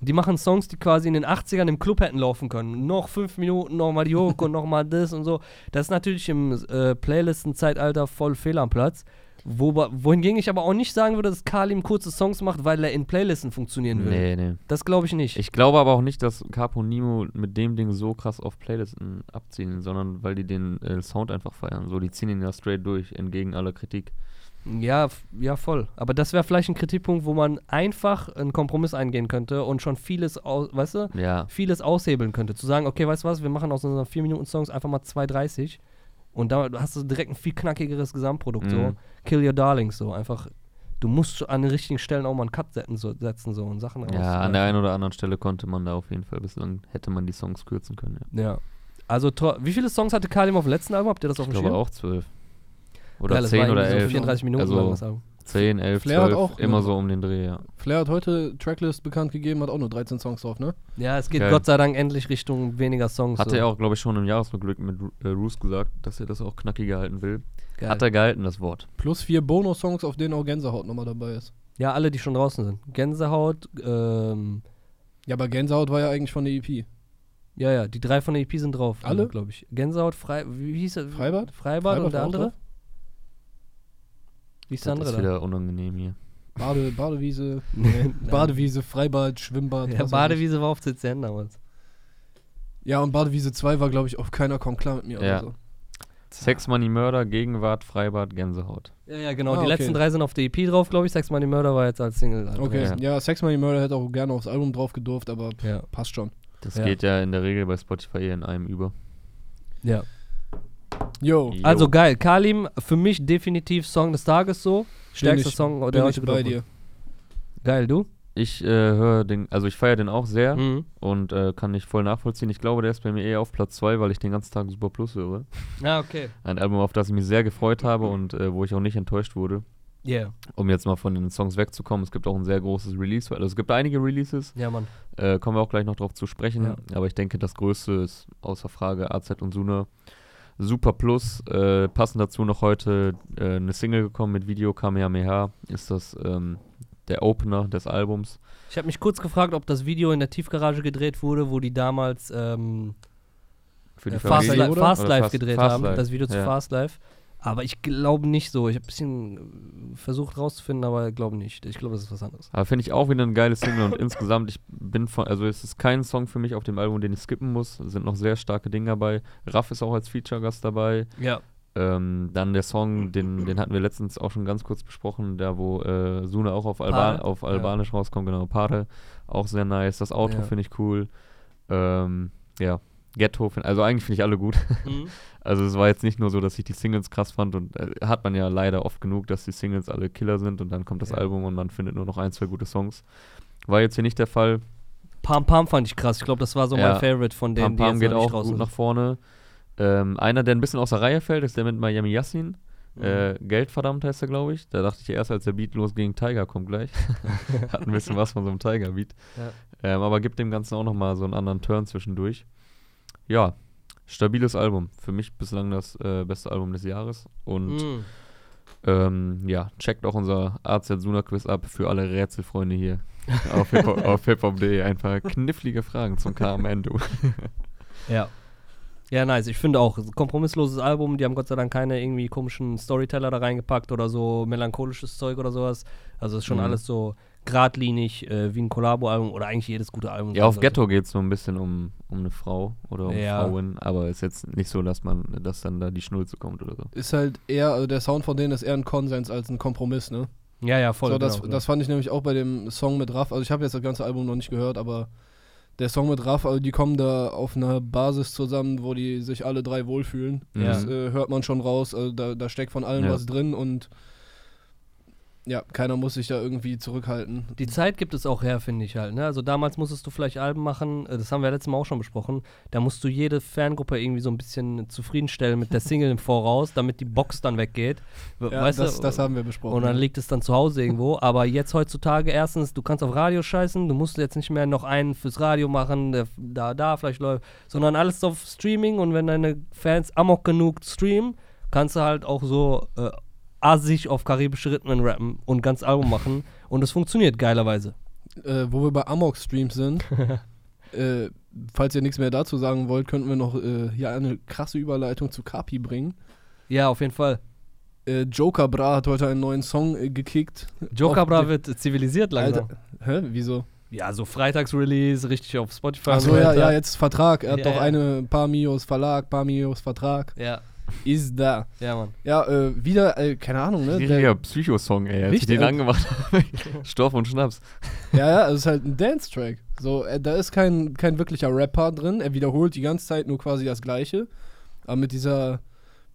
A: die machen Songs, die quasi in den 80ern im Club hätten laufen können. Noch fünf Minuten, nochmal die Hook und nochmal das und so. Das ist natürlich im äh, Playlisten-Zeitalter voll fehl am Platz. Wo, wohingegen ich aber auch nicht sagen würde, dass Kalim kurze Songs macht, weil er in Playlisten funktionieren will.
B: Nee, nee.
A: Das glaube ich nicht.
B: Ich glaube aber auch nicht, dass Capo Nimo mit dem Ding so krass auf Playlisten abziehen, sondern weil die den äh, Sound einfach feiern. So, die ziehen ihn ja straight durch, entgegen aller Kritik.
A: ja, f- ja, voll. Aber das wäre vielleicht ein Kritikpunkt, wo man einfach einen Kompromiss eingehen könnte und schon vieles, aus, weißt du,
B: Ja.
A: vieles aushebeln könnte. Zu sagen, okay, weißt du was, wir machen aus unseren 4-Minuten-Songs einfach mal 2,30 und da hast du direkt ein viel knackigeres Gesamtprodukt. So,
B: Mhm.
A: Kill Your Darlings, so einfach. Du musst an den richtigen Stellen auch mal einen Cut setzen, so, setzen, so und Sachen
B: Ja, ne. an der einen oder anderen Stelle konnte man da auf jeden Fall bislang, hätte man die Songs kürzen können. Ja.
A: Ja. Also, tro- wie viele Songs hatte Kalim auf dem letzten Album? Habt ihr das auf
B: Ich
A: dem
B: glaube
A: Schirm?
B: auch zwölf. Oder
A: ja, das war
B: zehn
A: irgendwie
B: oder
A: so
B: elf.
A: 34 Minuten
B: also,
A: lang das Album.
B: 10, 11,
C: Flair hat
B: 12,
C: auch
B: immer
C: eine-
B: so um den Dreh, ja.
C: Flair hat heute Tracklist bekannt gegeben, hat auch nur 13 Songs drauf, ne?
A: Ja, es geht
B: Geil.
A: Gott sei Dank endlich Richtung weniger Songs.
B: Hatte
A: so.
B: er auch, glaube ich, schon im Jahresrückblick mit Ru- äh, Roos gesagt, dass er das auch knackiger halten will.
A: Geil.
B: Hat er gehalten, das Wort.
C: Plus vier Bonus-Songs, auf denen auch Gänsehaut nochmal dabei ist.
A: Ja, alle, die schon draußen sind. Gänsehaut, ähm,
C: Ja, aber Gänsehaut war ja eigentlich von der E EP.
A: ja, ja, die drei von der EP sind drauf.
C: Alle?
A: glaube ich. Gänsehaut, Frei, wie hieß er?
C: Freibad?
A: Freibad, und der
C: war auch
A: andere?
C: drauf.
A: Wie ist der
B: Das
A: andere
B: ist
A: da?
B: wieder unangenehm hier.
C: Bade,
A: [laughs]
C: Badewiese,
A: Nee,
C: Badewiese, Freibad, Schwimmbad.
A: Ja,
C: was weiß ich.
A: Badewiese war auf CCN damals.
C: Ja, und Badewiese 2 war, glaube ich, auf keiner kommt klar mit mir.
B: Ja.
C: Oder so.
B: Sex, Money, Murder, Gegenwart, Freibad, Gänsehaut.
A: Ja, ja, genau.
C: Ah,
A: die
C: okay.
A: letzten drei sind auf der EP drauf, glaube ich. Sex Money Murder war jetzt als Single. also.
C: Okay,
B: Ja.
C: ja. Sex Money Murder hätte auch gerne aufs Album drauf gedurft, aber pff,
A: Ja.
C: passt schon.
B: Das
A: Ja.
B: geht ja in der Regel bei Spotify eher in einem über.
A: ja.
C: Yo,
B: Jo.
A: Also geil. Kalim, für mich definitiv Song des Tages so. Stärkster
C: ich-
A: Song der
C: bin
A: heute
C: ich bei
A: gedroppt
C: dir.
A: wurde. Geil, du?
B: Ich äh, höre den, also ich feiere den auch sehr
A: Mhm.
B: und äh, kann ich voll nachvollziehen. Ich glaube, der ist bei mir eher auf Platz 2, weil ich den ganzen Tag Super Plus höre.
A: Ah, okay.
B: Ein Album, auf das ich mich sehr gefreut habe und äh, wo ich auch nicht enttäuscht wurde.
A: Yeah.
B: Um jetzt mal von den Songs wegzukommen, es gibt auch ein sehr großes Release. Also es gibt einige Releases,
A: Ja, Mann.
B: äh, kommen wir auch gleich noch drauf zu sprechen. Aber ich denke, das Größte ist außer Frage AZ und Suna. Super Plus, äh, passend dazu noch heute äh, eine Single gekommen mit Video Kamehameha. Ist das ähm, der Opener des Albums.
A: Ich habe mich kurz gefragt, ob das Video in der Tiefgarage gedreht wurde, wo die damals ähm,
B: Für die
A: äh, Fast,
B: Familie,
A: Li
C: oder?
A: Fast
B: Oder
A: Life
B: Fast-
A: gedreht
B: Fast
A: haben,
B: Life,
A: das Video zu
B: ja.
A: Fast Life. Aber ich glaube nicht so. Ich habe ein bisschen äh, versucht rauszufinden, aber glaube nicht. Ich glaube, das ist was anderes.
B: Aber finde ich auch wieder ein geiles Single und insgesamt, ich bin von, also es ist kein Song für mich auf dem Album, den ich skippen muss. Es sind noch sehr starke Dinge dabei. Raff ist auch als Feature-Gast dabei.
A: [laughs] Ja.
B: Ähm, dann der Song, den, den hatten wir letztens auch schon ganz kurz besprochen, da wo äh, Sune auch auf, Alba
A: Pare.
B: auf
A: Ja.
B: Albanisch rauskommt, genau, Pare, auch sehr nice. Das Outro
A: Ja.
B: finde ich cool. Ähm, ja, Ghetto, find, also eigentlich finde ich alle gut. [laughs]
A: Mhm.
B: Also es war jetzt nicht nur so, dass ich die Singles krass fand und äh, hat man ja leider oft genug, dass die Singles alle Killer sind und dann kommt das
A: Ja.
B: Album und man findet nur noch ein, zwei gute Songs. War jetzt hier nicht der Fall.
A: Pam Pam fand ich krass. Ich glaube, das war so
B: Ja.
A: mein Favorite von denen,
B: Pam Pam
A: die jetzt
B: geht
A: noch nicht
B: auch gut
A: draußen
B: nach
A: sind.
B: vorne. Ähm, einer, der ein bisschen aus der Reihe fällt, ist der mit Miami Yassin.
A: Mhm.
B: Äh, Geldverdammt heißt er, glaube ich. Da dachte ich ja erst, als der Beat losging, Tiger kommt
A: [laughs]
B: gleich. Hat ein bisschen was von so einem Tiger-Beat.
A: Ja.
B: Ähm, aber gibt dem Ganzen auch nochmal so einen anderen Turn zwischendurch. Ja, stabiles Album. Für mich bislang das äh, beste Album des Jahres. Und
A: Mhm.
B: Ähm, ja, checkt auch unser AZ Suna Quiz ab für alle Rätselfreunde hier auf
A: [laughs]
B: hiphop- auf hiphop.de. Ein paar knifflige Fragen zum KMN, du.
A: Ja. Ja, nice. Ich finde auch, kompromissloses Album. Die haben Gott sei Dank keine irgendwie komischen Storyteller da reingepackt oder so melancholisches Zeug oder sowas. Also ist schon
B: Mhm.
A: alles so geradlinig, äh, wie ein Kollabo-Album oder eigentlich jedes gute Album.
B: Ja,
A: sein
B: auf
A: sollte.
B: Ghetto geht es so ein bisschen um, um eine Frau oder um
A: Ja.
B: Frauen, aber ist jetzt nicht so, dass man, dass dann da die Schnulze kommt oder so.
C: Ist halt eher, also der Sound von denen ist eher ein Konsens als ein Kompromiss, ne?
A: Ja, ja, voll.
C: so, das,
A: genau, genau.
C: das fand ich nämlich auch bei dem Song mit Raff. Also ich habe jetzt das ganze Album noch nicht gehört, aber der Song mit Raff, also die kommen da auf einer Basis zusammen, wo die sich alle drei wohlfühlen.
B: Ja.
C: Das äh, hört man schon raus. Also da, da steckt von allen
B: Ja.
C: was drin und ja, keiner muss sich da irgendwie zurückhalten.
A: Die Zeit gibt es auch her, finde ich halt. Ne? Also damals musstest du vielleicht Alben machen, äh, das haben wir letztes Mal auch schon besprochen, da musst du jede Fangruppe irgendwie so ein bisschen zufriedenstellen mit der Single im Voraus, damit die Box dann weggeht. We-
C: Ja,
A: weißt
C: das,
A: du?
C: das haben wir besprochen.
A: und dann
C: ja.
A: liegt es dann zu Hause irgendwo. Aber jetzt heutzutage erstens, du kannst auf Radio scheißen, du musst jetzt nicht mehr noch einen fürs Radio machen, der f- da, da vielleicht läuft, sondern alles auf Streaming und wenn deine Fans amok genug streamen, kannst du halt auch so äh, assig auf karibische Rhythmen rappen und ganz Album machen. Und es funktioniert geilerweise.
C: äh, wo wir bei
A: [laughs]
C: Amok-Streams sind, äh, falls ihr nichts mehr dazu sagen wollt, könnten wir noch äh, hier eine krasse Überleitung zu Kapi bringen.
A: Ja, auf jeden Fall.
C: Äh, Joker Bra hat heute einen neuen Song äh, gekickt.
A: Joker
C: Auf
A: Bra
C: die-
A: wird zivilisiert langsam.
C: Alter, hä? Wieso?
A: Ja, so Freitagsrelease, richtig auf Spotify. und
C: Achso,
A: so
C: ja,
A: weiter.
C: ja, jetzt Vertrag. Er hat
A: Ja,
C: doch
A: ja.
C: eine paar Mios Verlag, paar Mios Vertrag.
A: Ja,
C: Ist da.
A: ja, Mann.
C: Ja, äh, wieder, äh, keine Ahnung, ne?
B: Richtiger Psychosong, ey, als ich
C: Richtig,
B: den
C: äh,
B: angemacht habe. [laughs] Stoff und Schnaps.
C: Ja, ja, es ist halt ein Dance-Track. So, äh, da ist kein, kein wirklicher Rapper drin. Er wiederholt die ganze Zeit nur quasi das Gleiche. Aber mit dieser,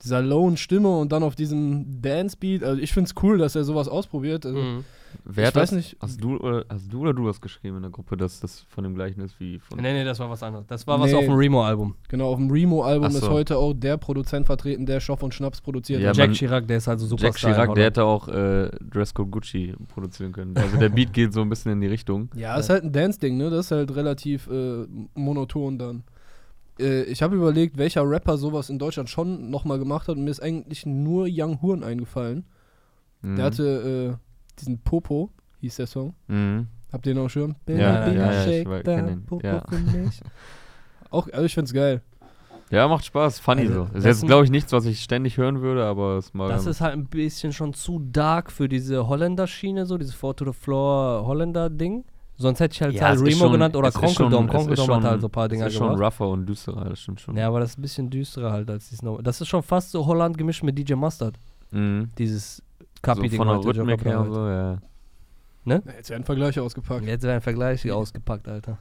C: dieser lowen Stimme und dann auf diesem Dance-Beat. Also, ich find's cool, dass er sowas ausprobiert. Also,
A: Mhm.
B: Wer
C: Ich
B: hat
C: weiß
B: das,
C: nicht.
B: Hast du, oder, hast du oder du das geschrieben in der Gruppe, dass das von dem gleichen ist wie von.
A: Nee, nee, das war was anderes. Das war was
C: Nee.
A: auf dem Remo-Album.
C: Genau, auf dem Remo-Album
B: Ach so.
C: ist heute auch der Produzent vertreten, der Schoff und Schnaps produziert
B: Ja,
C: hat.
A: Jack
B: man-
A: Chirac, der ist halt so super
B: Jack Chirac, der hätte auch äh, Dresscode Gucci produzieren können. Also der Beat geht so ein bisschen in die Richtung.
C: Ja, ist halt ein Dance-Ding, ne? Das ist halt relativ äh, monoton dann. Äh, ich habe überlegt, welcher Rapper sowas in Deutschland schon nochmal gemacht hat und mir ist eigentlich nur Young Horn eingefallen.
B: Mhm.
C: [laughs] Der hatte äh, diesen Popo, hieß der Song.
B: Mhm.
C: Habt ihr den auf dem Schirm?
B: Ja,
C: Baby,
B: ja, ja, ich
C: shake
B: weiß-
C: that
B: kenn den,
C: Popo
B: ja. [laughs]
C: für mich. Auch, also ich find's geil.
B: Ja, macht Spaß, funny
A: Also,
B: so.
A: das
B: Ist jetzt,
A: sind-
B: glaube ich, nichts, was ich ständig hören würde, aber es mal.
A: Das ist halt ein bisschen schon zu dark für diese Holländer-Schiene, so dieses Four to the Floor Holländer-Ding. Sonst hätte ich halt,
B: Ja,
A: halt
B: es ist
A: Remo
B: schon-
A: genannt oder
B: es ist schon-
A: Kronkeldom.
B: es
A: Kronkeldom
B: ist
A: hat
B: schon-
A: halt so ein paar Dinger
B: ist schon
A: gemacht.
B: rougher und düsterer, das stimmt schon.
A: Ja, aber das ist ein bisschen düsterer halt als dieses Normal. Das ist schon fast so Holland gemischt mit DJ Mustard.
B: Mhm.
A: Dieses
B: So
A: Kapi-Ding
B: von der
A: heute, Joker
B: Rhythmik her und
A: Kapi
B: so, ja.
C: Na, Jetzt werden Vergleiche ausgepackt.
A: heute. Jetzt werden Vergleiche ausgepackt, Alter.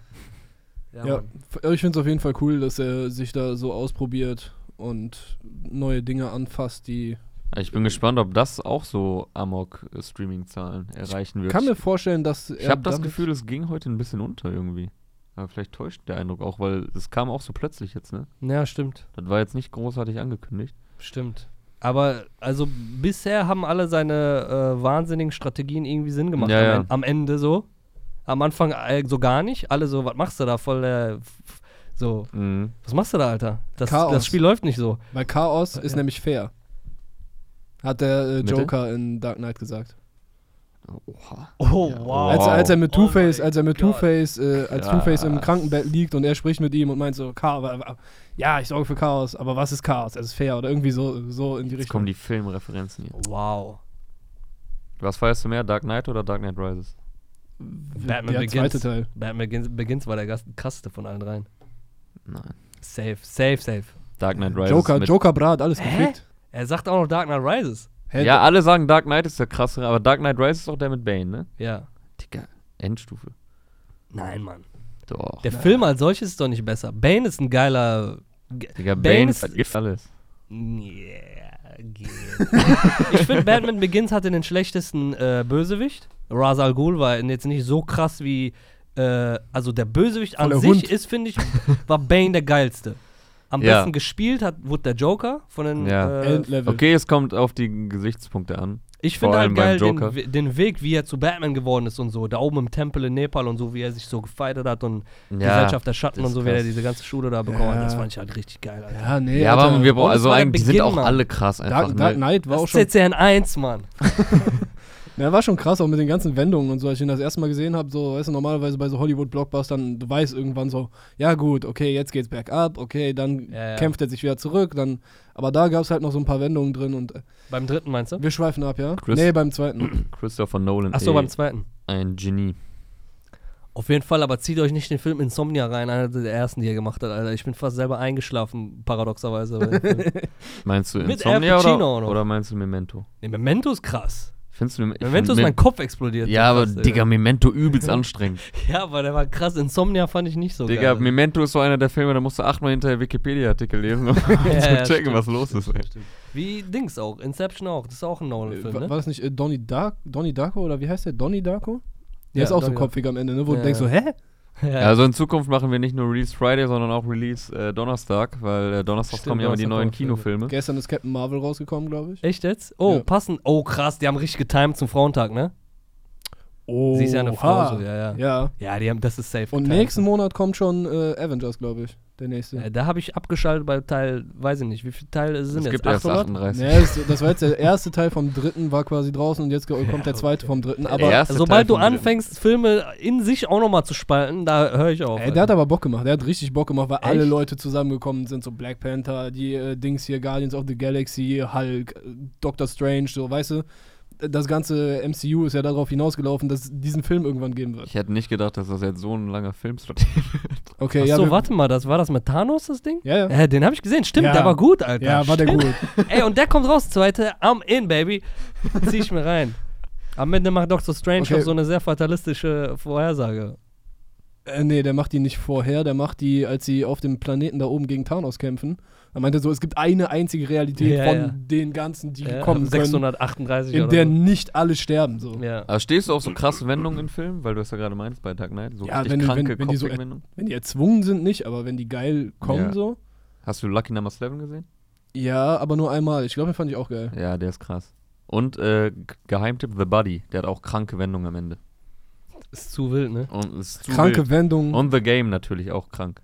C: Ja, f- also ich find's auf jeden Fall cool, dass er sich da so ausprobiert und neue Dinge anfasst, die.
B: Ich bin gespannt, ob das auch so Amok-Streaming-Zahlen erreichen wird.
C: Kann mir vorstellen, dass
B: ich habe das
C: damit-
B: Gefühl, es ging heute ein bisschen unter irgendwie. Aber vielleicht täuscht der Eindruck auch, weil es kam auch so plötzlich jetzt, ne?
A: Ja, stimmt.
B: Das war jetzt nicht großartig angekündigt.
A: Stimmt. Aber also bisher haben alle seine äh, wahnsinnigen Strategien irgendwie Sinn gemacht.
B: Ja,
A: am,
B: ja.
A: En- am Ende so. Am Anfang äh, so gar nicht. Alle so, was machst du da? Voll äh, f- so,
B: Mhm.
A: was machst du da, Alter? Das,
C: Chaos.
A: das Spiel läuft nicht so.
C: Weil Chaos ist
A: Ja.
C: nämlich fair. Hat der äh,
B: Bitte?
C: Joker in Dark Knight gesagt.
B: Oha.
A: Oh,
B: wow.
C: Als, er- als er mit
A: Oh
C: Two-Face,
A: mein
C: als er mit
A: Gott.
C: Two-Face, äh, als Two-Face im
B: Krass.
C: Krankenbett liegt und er spricht mit ihm und meint so, Chaos, ja, ich sorge für Chaos, aber was ist Chaos? Es ist fair oder irgendwie so, so in die
B: Jetzt
C: Richtung.
B: kommen die Filmreferenzen hier.
A: Wow.
B: Was feierst du mehr, Dark Knight oder Dark Knight Rises?
A: Batman
C: der
A: Begins.
C: zweite Teil.
A: Batman Begins, Begins war der gas- krasseste von allen dreien.
B: Nein.
A: Safe, safe, safe.
B: Dark Knight Rises.
C: Joker,
B: mit
C: Joker Brat, alles
A: Hä?
C: gekriegt.
A: Er sagt auch noch Dark Knight Rises.
C: Hä?
B: Ja, alle sagen Dark Knight ist der krassere, aber Dark Knight Rises ist auch der mit Bane, ne?
A: Ja.
B: Digga, Endstufe.
A: Nein, Mann.
B: Doch.
A: Der Film als solches ist doch nicht besser. Bane ist ein geiler. Bane
B: Digga, Bane
A: ist-
B: vergisst alles.
A: Yeah, geht. [laughs] ich finde, Batman Begins hatte den schlechtesten äh, Bösewicht. Ra's al Ghul war jetzt nicht so krass wie. Äh, also der Bösewicht an
C: Voller
A: sich
C: Hund.
A: ist, finde ich, war Bane der geilste. Am
B: Ja.
A: besten gespielt hat, wurde der Joker von den.
B: Ja.
A: Äh,
C: Endlevel.
B: Okay, es kommt auf die Gesichtspunkte an.
A: ich
B: vor
A: finde halt
B: allem beim
A: geil den,
B: Joker.
A: We- den Weg, wie er zu Batman geworden ist und so. Da oben im Tempel in Nepal und so, wie er sich so gefeitet hat und Gesellschaft der Schatten
B: das
A: und so,
B: ist
A: wie er
B: krass.
A: diese ganze Schule da bekommen hat.
C: Ja.
A: Das fand ich halt richtig geil, Alter.
C: Ja, nee.
B: Ja, aber
C: Alter.
B: wir
A: Und
B: brauchen,
A: es
B: also
A: war der
B: eigentlich die sind
A: Beginn,
B: auch
A: Mann.
B: alle krass einfach.
C: Dark, Dark
B: ne?
C: Knight war
A: Das
C: auch
A: ist
C: schon
A: CCN 1, Mann.
C: Ja, war schon krass, auch mit den ganzen Wendungen und so. Als ich ihn das erste Mal gesehen habe, so, weißt du, normalerweise bei so Hollywood-Blockbustern, du weißt irgendwann so, ja gut, okay, jetzt geht's bergab, okay, dann
A: Ja, ja.
C: kämpft er sich wieder zurück, dann. Aber da gab's halt noch so ein paar Wendungen drin und äh,
A: Beim dritten meinst du?
C: wir schweifen ab, ja?
B: Chris- Äh,
C: Nee, beim zweiten.
B: Christopher Nolan.
A: Achso,
B: ey,
A: beim zweiten.
B: ein Genie.
A: Auf jeden Fall, aber zieht euch nicht den Film Insomnia rein, einer der ersten, die er gemacht hat, Alter. Ich bin fast selber eingeschlafen, paradoxerweise. bei dem
B: [laughs]
A: Film.
B: Meinst du
A: Mit
B: Insomnia
A: Al Pacino auch
B: oder,
A: noch.
B: oder meinst du Memento?
A: nee, Memento ist krass.
B: Findest du Mem- ich
A: Memento
B: find
A: ist
B: Mem-
A: mein Kopf explodiert.
B: Ja,
A: so
B: aber
A: krass, ey.
B: Digga,
A: [laughs]
B: Memento übelst anstrengend.
A: Ja, aber der war krass. Insomnia fand ich nicht so
B: Digga,
A: geil.
B: Memento ist so einer der Filme, da musst du achtmal hinterher Wikipedia-Artikel
A: [laughs]
B: lesen, um
A: ja,
B: zu checken,
A: stimmt,
B: was los ist. Ey.
A: Wie Dings auch. Inception auch. Das ist auch ein
C: Äh,
A: Nolan-Film,
C: war,
A: ne?
C: war das nicht äh, Donnie, Dark, Donnie Darko oder wie heißt der? Donnie Darko? Der
A: Ja,
C: ist auch
A: Donnie
C: so
A: Darko.
C: kopfig am Ende, ne? Wo
A: Ja,
C: du denkst so,
A: ja.
C: hä?
A: Ja,
B: Also in Zukunft machen wir nicht nur Release Friday, sondern auch Release äh, Donnerstag, weil äh, Donnerstag
A: Stimmt,
B: kommen ja immer die
A: Donnerstag
B: neuen
A: kommen Filme.
B: Kinofilme.
C: Gestern ist Captain Marvel rausgekommen, glaube ich.
A: Echt jetzt? Oh,
C: Ja.
A: passend. Oh, krass, die haben richtig getimed zum Frauentag, ne?
C: Oh,
A: Sie ist ja eine Frau, so, ja, ja.
C: Ja.
A: Ja, die haben, das ist safe.
C: Und
A: getimed.
C: nächsten Monat kommt schon äh, Avengers, glaube ich. Der nächste.
A: Äh, Da habe ich abgeschaltet bei Teil, weiß ich nicht, wie viele Teile sind
B: Es
A: jetzt?
B: gibt erst 38.
C: Ja, das, das war jetzt der erste Teil vom dritten, war quasi draußen und jetzt ge- kommt der zweite vom dritten. Aber
B: Der erste Teil
A: Sobald du
B: vom dritten.
A: anfängst, Filme in sich auch nochmal zu spalten, da höre ich auf.
C: ey, der hat aber Bock gemacht, der hat richtig Bock gemacht, weil alle
A: Echt?
C: Leute zusammengekommen sind, so Black Panther, die äh, Dings hier, Guardians of the Galaxy, Hulk, äh, Doctor Strange, so, weißt du? Das ganze MCU ist ja darauf hinausgelaufen, dass es diesen Film irgendwann geben wird.
B: Ich hätte nicht gedacht, dass das jetzt so ein langer Filmslot ist.
C: Okay, ja.
A: Achso,
C: wir-
A: warte mal, das war das mit Thanos, das Ding?
C: Ja, ja.
A: Äh, den habe ich gesehen, stimmt,
C: Ja.
A: der war gut, Alter.
C: Ja, war der
A: Stimmt.
C: gut.
A: Ey, und der kommt raus, zweite, I'm in, baby. Zieh ich mir rein. Am Ende macht Doctor Strange
C: Okay.
A: auch so eine sehr fatalistische Vorhersage.
C: Äh, nee, der macht die nicht vorher, der macht die, als sie auf dem Planeten da oben gegen Thanos kämpfen. Er meinte so, es gibt eine einzige Realität
A: Ja,
C: von
A: ja.
C: den ganzen, die
A: Ja,
C: kommen können,
A: 638
C: in
A: Äh, oder
C: der
A: so.
C: nicht alle sterben. So.
A: Ja.
B: Also stehst du auf so krasse Wendungen in Filmen, weil du es ja gerade meinst bei Dark Knight, so
C: Ja,
B: richtig
C: wenn die-
B: kranke
C: wenn- wenn die so-
B: Kopfwendungen.
C: Wenn die erzwungen sind, nicht, aber wenn die geil kommen,
B: Ja.
C: so.
B: Hast du Lucky Number 7 gesehen?
C: Ja, aber nur einmal. Ich glaube, den fand ich auch geil.
B: Ja, der ist krass. Und äh, G- Geheimtipp The Buddy, der hat auch kranke Wendungen am Ende.
A: Ist zu wild, ne?
B: Und ist zu
C: Kranke
B: wild.
C: Wendung.
B: Und The Game natürlich auch krank.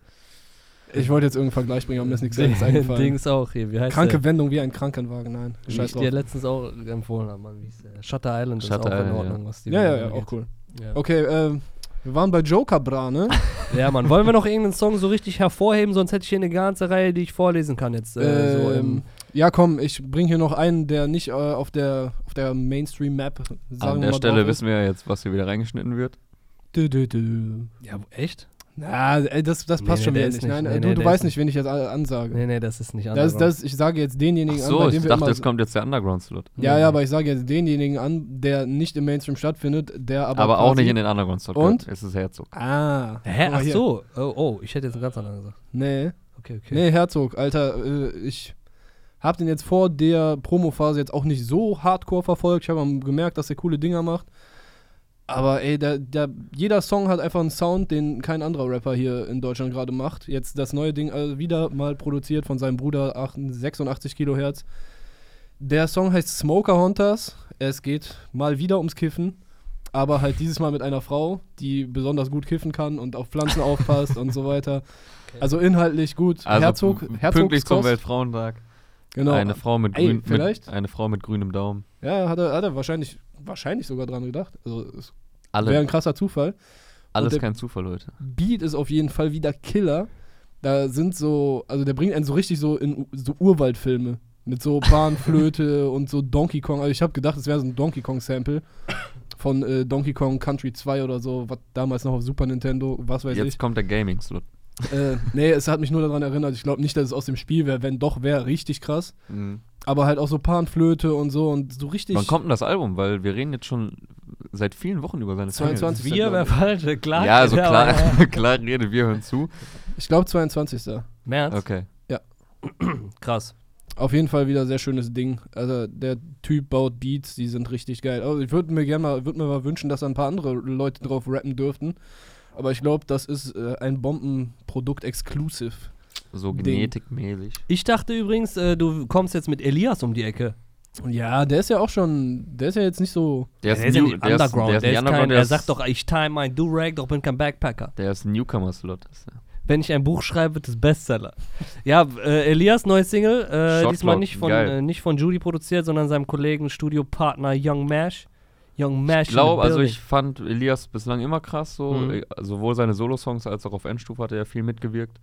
C: Ich wollte jetzt irgendeinen Vergleich bringen, aber mir ist nichts anderes
A: [laughs]
C: eingefallen.
A: Dings auch hier. Wie heißt
C: Kranke
A: der?
C: Wendung wie ein Krankenwagen, nein.
A: Wie ich
C: Scheiß drauf.
A: dir letztens auch empfohlen habe, Mann. Wie ist der? Shutter Island
B: Shutter
A: ist auch in
B: Island,
A: Ordnung, was die
C: Ja, ja,
A: Wendung
C: ja,
A: angeht.
C: auch cool.
A: Ja.
C: Okay, ähm, wir waren bei Joker Bra, ne?
A: ja, Mann. Wollen wir noch irgendeinen Song so richtig hervorheben? Sonst hätte ich hier eine ganze Reihe, die ich vorlesen kann jetzt. Äh, so
C: ähm,
A: im,
C: ja, komm, ich bring hier noch einen, der nicht äh, auf der, auf der Mainstream-Map,
B: An
C: sagen wir
B: der
C: mal,
B: Stelle
C: drauf ist.
B: wissen wir ja jetzt, was hier wieder reingeschnitten wird.
C: Dü, dü, dü.
A: ja, echt?
C: Na, ey, das, das
A: Nee,
C: passt
A: nee,
C: schon
A: der
C: wieder
A: ist
C: nicht.
A: nicht.
C: Nein,
A: Nee,
C: äh, du,
A: nee,
C: du
A: der ist
C: weißt nicht, wen ich jetzt a- ansage.
A: Nee, nee, das ist nicht
C: Das,
A: Underground.
C: das, ich sage jetzt
B: Ach
C: denjenigen an,
B: so,
C: bei
B: ich
C: dem wir
B: dachte,
C: immer
B: es kommt jetzt der Underground-Slot.
C: Ja,
A: Nee.
C: ja, aber ich sage jetzt denjenigen an, der nicht im Mainstream stattfindet, der aber.
B: Aber, auch
C: quasi-
B: nicht in den Underground-Slot.
C: Und?
B: gehört. Es ist Herzog.
C: Ah.
A: Hä?
C: guck mal
A: Ach
C: hier.
A: so. Oh, oh, ich hätte jetzt einen ganz anderen gesagt.
C: Nee.
A: Okay, okay.
C: Nee, Herzog, Alter, äh, ich hab den jetzt vor der Promophase jetzt auch nicht so hardcore verfolgt. Ich habe gemerkt, dass er coole Dinger macht. Aber ey, der, der, jeder Song hat einfach einen Sound, den kein anderer Rapper hier in Deutschland gerade macht. Jetzt das neue Ding äh, wieder mal produziert von seinem Bruder, 88 86 Kilohertz. Der Song heißt Smoker Hunters. Es geht mal wieder ums Kiffen. Aber halt dieses Mal mit einer Frau, die besonders gut kiffen kann und auf Pflanzen aufpasst und so weiter. Also inhaltlich gut.
B: Also
C: Herzog,
B: p-
C: Herzog
B: pünktlich zum Weltfrauentag.
C: Genau.
B: Eine, Frau mit
C: Ey,
B: grün, mit,
C: vielleicht?
B: eine Frau mit grünem Daumen.
C: ja, hat er, hat er wahrscheinlich, wahrscheinlich sogar dran gedacht. Also es wäre
B: Alle,
C: ein krasser Zufall.
B: alles
C: der-
B: kein Zufall, Leute.
C: Beat ist auf jeden Fall wieder Killer. Da sind so, also der bringt einen so richtig so in U- so Urwaldfilme mit so
B: [laughs]
C: Bahnflöte und so Donkey Kong. Also ich habe gedacht, es wäre so ein Donkey Kong Sample von äh, Donkey Kong Country 2 oder so, was damals noch auf Super Nintendo, was weiß
B: Jetzt kommt der Gaming-Slot.
C: ich. Äh, nee, es hat mich nur daran erinnert. Ich glaube nicht, dass es aus dem Spiel wäre. Wenn doch, wäre richtig krass.
B: Mhm.
C: Aber halt auch so Panflöte und so und so richtig.
B: Wann kommt denn das Album? Weil wir reden jetzt schon seit vielen Wochen über seine Singles.
C: 22.
A: Wir wäre falsch, klar.
B: Ja, also klar,
A: aber-
B: [laughs] klar rede, wir hören zu.
C: Ich glaube 22.
A: März?
B: Okay.
A: Krass.
C: Auf jeden Fall wieder sehr schönes Ding. Also der Typ baut Beats, die sind richtig geil. Also ich würde mir gerne mal, würd mir mal wünschen, dass da ein paar andere Leute drauf rappen dürften. Aber ich glaube, das ist äh, ein Bombenprodukt exclusive.
B: So
C: Ding.
B: genetikmäßig.
A: Ich dachte übrigens, äh, du kommst jetzt mit Elias um die Ecke.
C: Und ja, der ist ja auch schon, der ist ja jetzt nicht so.
A: Der ist ja
B: new-
A: nicht Underground. Der ist,
B: nicht
A: kein,
B: Underground,
A: er
B: ist-
A: sagt doch, ich time mein Durag, doch bin kein Backpacker.
B: Der ist ein Newcomer-Slot. Das ist-
A: Wenn ich ein Buch schreibe, wird es Bestseller. ja, äh, Elias, neues Single. Äh,
B: Shot
A: diesmal
B: Clock,
A: nicht von,
B: geil.
A: äh, nicht von Judy produziert, sondern seinem Kollegen, Studiopartner Young Mash. Young Mash.
B: Ich glaube, also ich fand Elias bislang immer krass so.
A: Mhm.
B: äh, Sowohl seine Solo-Songs als auch auf Endstufe hat er ja viel mitgewirkt.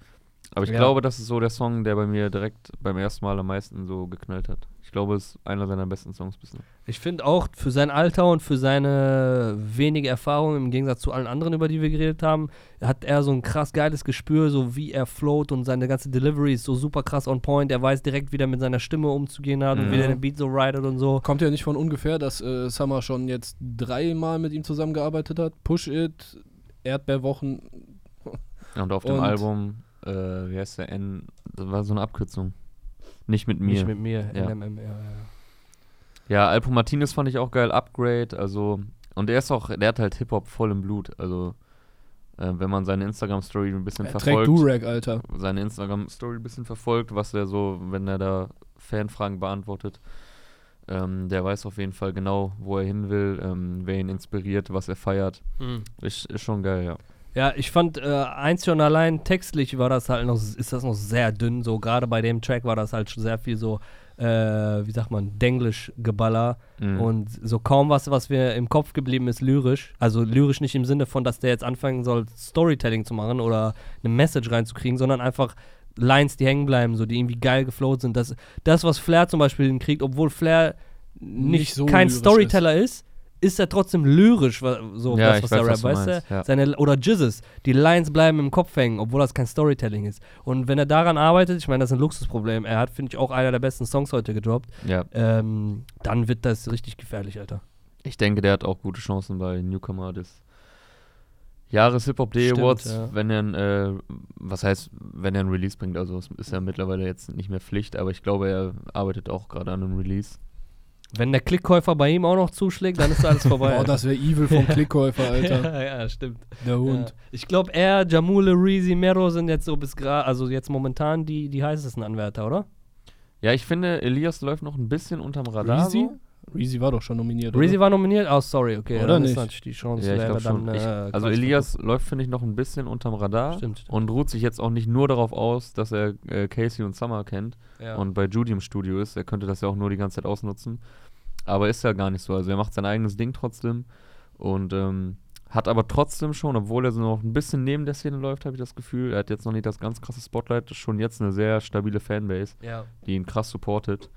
B: Aber ich
A: Ja.
B: glaube, das ist so der Song, der bei mir direkt beim ersten Mal am meisten so geknallt hat. Ich glaube, es ist einer seiner besten Songs bislang.
A: Ich finde auch für sein Alter und für seine wenige Erfahrung im Gegensatz zu allen anderen, über die wir geredet haben, hat er so ein krass geiles Gespür, so wie er float und seine ganze Delivery ist so super krass on point. Er weiß direkt, wie er mit seiner Stimme umzugehen hat und
B: Mhm.
A: wie er den Beat so ridet und so.
C: Kommt ja nicht von ungefähr, dass äh, Summer schon jetzt dreimal mit ihm zusammengearbeitet hat. Push It, Erdbeerwochen.
B: Und auf dem
C: Und-
B: Album, äh, wie heißt der N? Das war so eine Abkürzung. Nicht mit mir.
A: Nicht mit mir.
B: Ja.
A: NMM, ja, ja.
B: Ja, Alpo Martinez fand ich auch geil, Upgrade, also und der ist auch, der hat halt Hip-Hop voll im Blut, also äh, wenn man seine Instagram-Story ein bisschen
C: Er äh, trägt
B: verfolgt,
C: Durag, Alter.
B: seine Instagram-Story ein bisschen verfolgt, was er so, wenn er da Fanfragen beantwortet, ähm, der weiß auf jeden Fall genau, wo er hin will, ähm, wer ihn inspiriert, was er feiert, ist, ist schon geil, ja.
A: Ja, ich fand äh, eins schon allein textlich war das halt noch, ist das noch sehr dünn. So gerade bei dem Track war das halt schon sehr viel so, äh, wie sagt man, Denglisch-Geballer.
B: Mhm.
A: Und so kaum was, was mir im Kopf geblieben ist, lyrisch. Also lyrisch nicht im Sinne von, dass der jetzt anfangen soll, Storytelling zu machen oder eine Message reinzukriegen, sondern einfach Lines, die hängen bleiben, so die irgendwie geil geflowt sind. Das, das was Flair zum Beispiel hinkriegt, obwohl Flair nicht,
C: Nicht so
A: kein
C: lyrisch
A: Storyteller ist, ist, er trotzdem lyrisch, wa- so
B: Ja,
A: das,
B: ich
A: was
B: weiß,
A: der Rap,
B: was du
A: weißt
B: meinst,
A: du?
B: ja.
A: Seine, oder Jizzes, die Lines bleiben im Kopf hängen, obwohl das kein Storytelling ist. Und wenn er daran arbeitet, ich meine, das ist ein Luxusproblem. Er hat, finde ich, auch einer der besten Songs heute gedroppt
B: ja.
A: ähm, dann wird das richtig gefährlich, Alter.
B: Ich denke, der hat auch gute Chancen bei Newcomer des Jahres Hip Hop Day
A: Stimmt,
B: Awards,
A: ja.
B: wenn er, ein, äh, was heißt, wenn er ein Release bringt, also es ist ja mittlerweile jetzt nicht mehr Pflicht, aber ich glaube, er arbeitet auch gerade an einem Release.
A: Wenn der Klickkäufer bei ihm auch noch zuschlägt, dann ist alles vorbei.
C: [laughs] Boah,
A: [laughs]
C: das wäre evil vom Klickkäufer, Alter.
A: ja, ja, stimmt.
C: Der
A: Und
C: Hund.
A: ich glaube, er, Jamule, Reezy, Mero sind jetzt so bis gerade, also jetzt momentan die, die heißesten Anwärter, oder?
B: Ja, ich finde, Elias läuft noch ein bisschen unterm Radar.
C: Reezy?
B: So.
C: Reezy war doch schon nominiert.
A: Reezy war nominiert? Oh, sorry, okay.
C: Oder
A: dann ist
C: nicht?
A: natürlich die Chance,
B: Ja, ich
A: wäre
B: glaube schon.
A: dann,
B: ich,
A: äh,
B: also
A: Kreuzfahrt.
B: Elias läuft, finde ich, noch ein bisschen unterm Radar
A: Stimmt, stimmt.
B: und ruht sich jetzt auch nicht nur darauf aus, dass er äh, Casey und Summer kennt
A: Ja.
B: und bei Judy im Studio ist. Er könnte das ja auch nur die ganze Zeit ausnutzen. Aber ist ja gar nicht so. Also er macht sein eigenes Ding trotzdem und ähm, hat aber trotzdem schon, obwohl er so noch ein bisschen neben der Szene läuft, habe ich das Gefühl, er hat jetzt noch nicht das ganz krasse Spotlight, schon jetzt eine sehr stabile Fanbase,
A: ja.
B: die ihn krass supportet.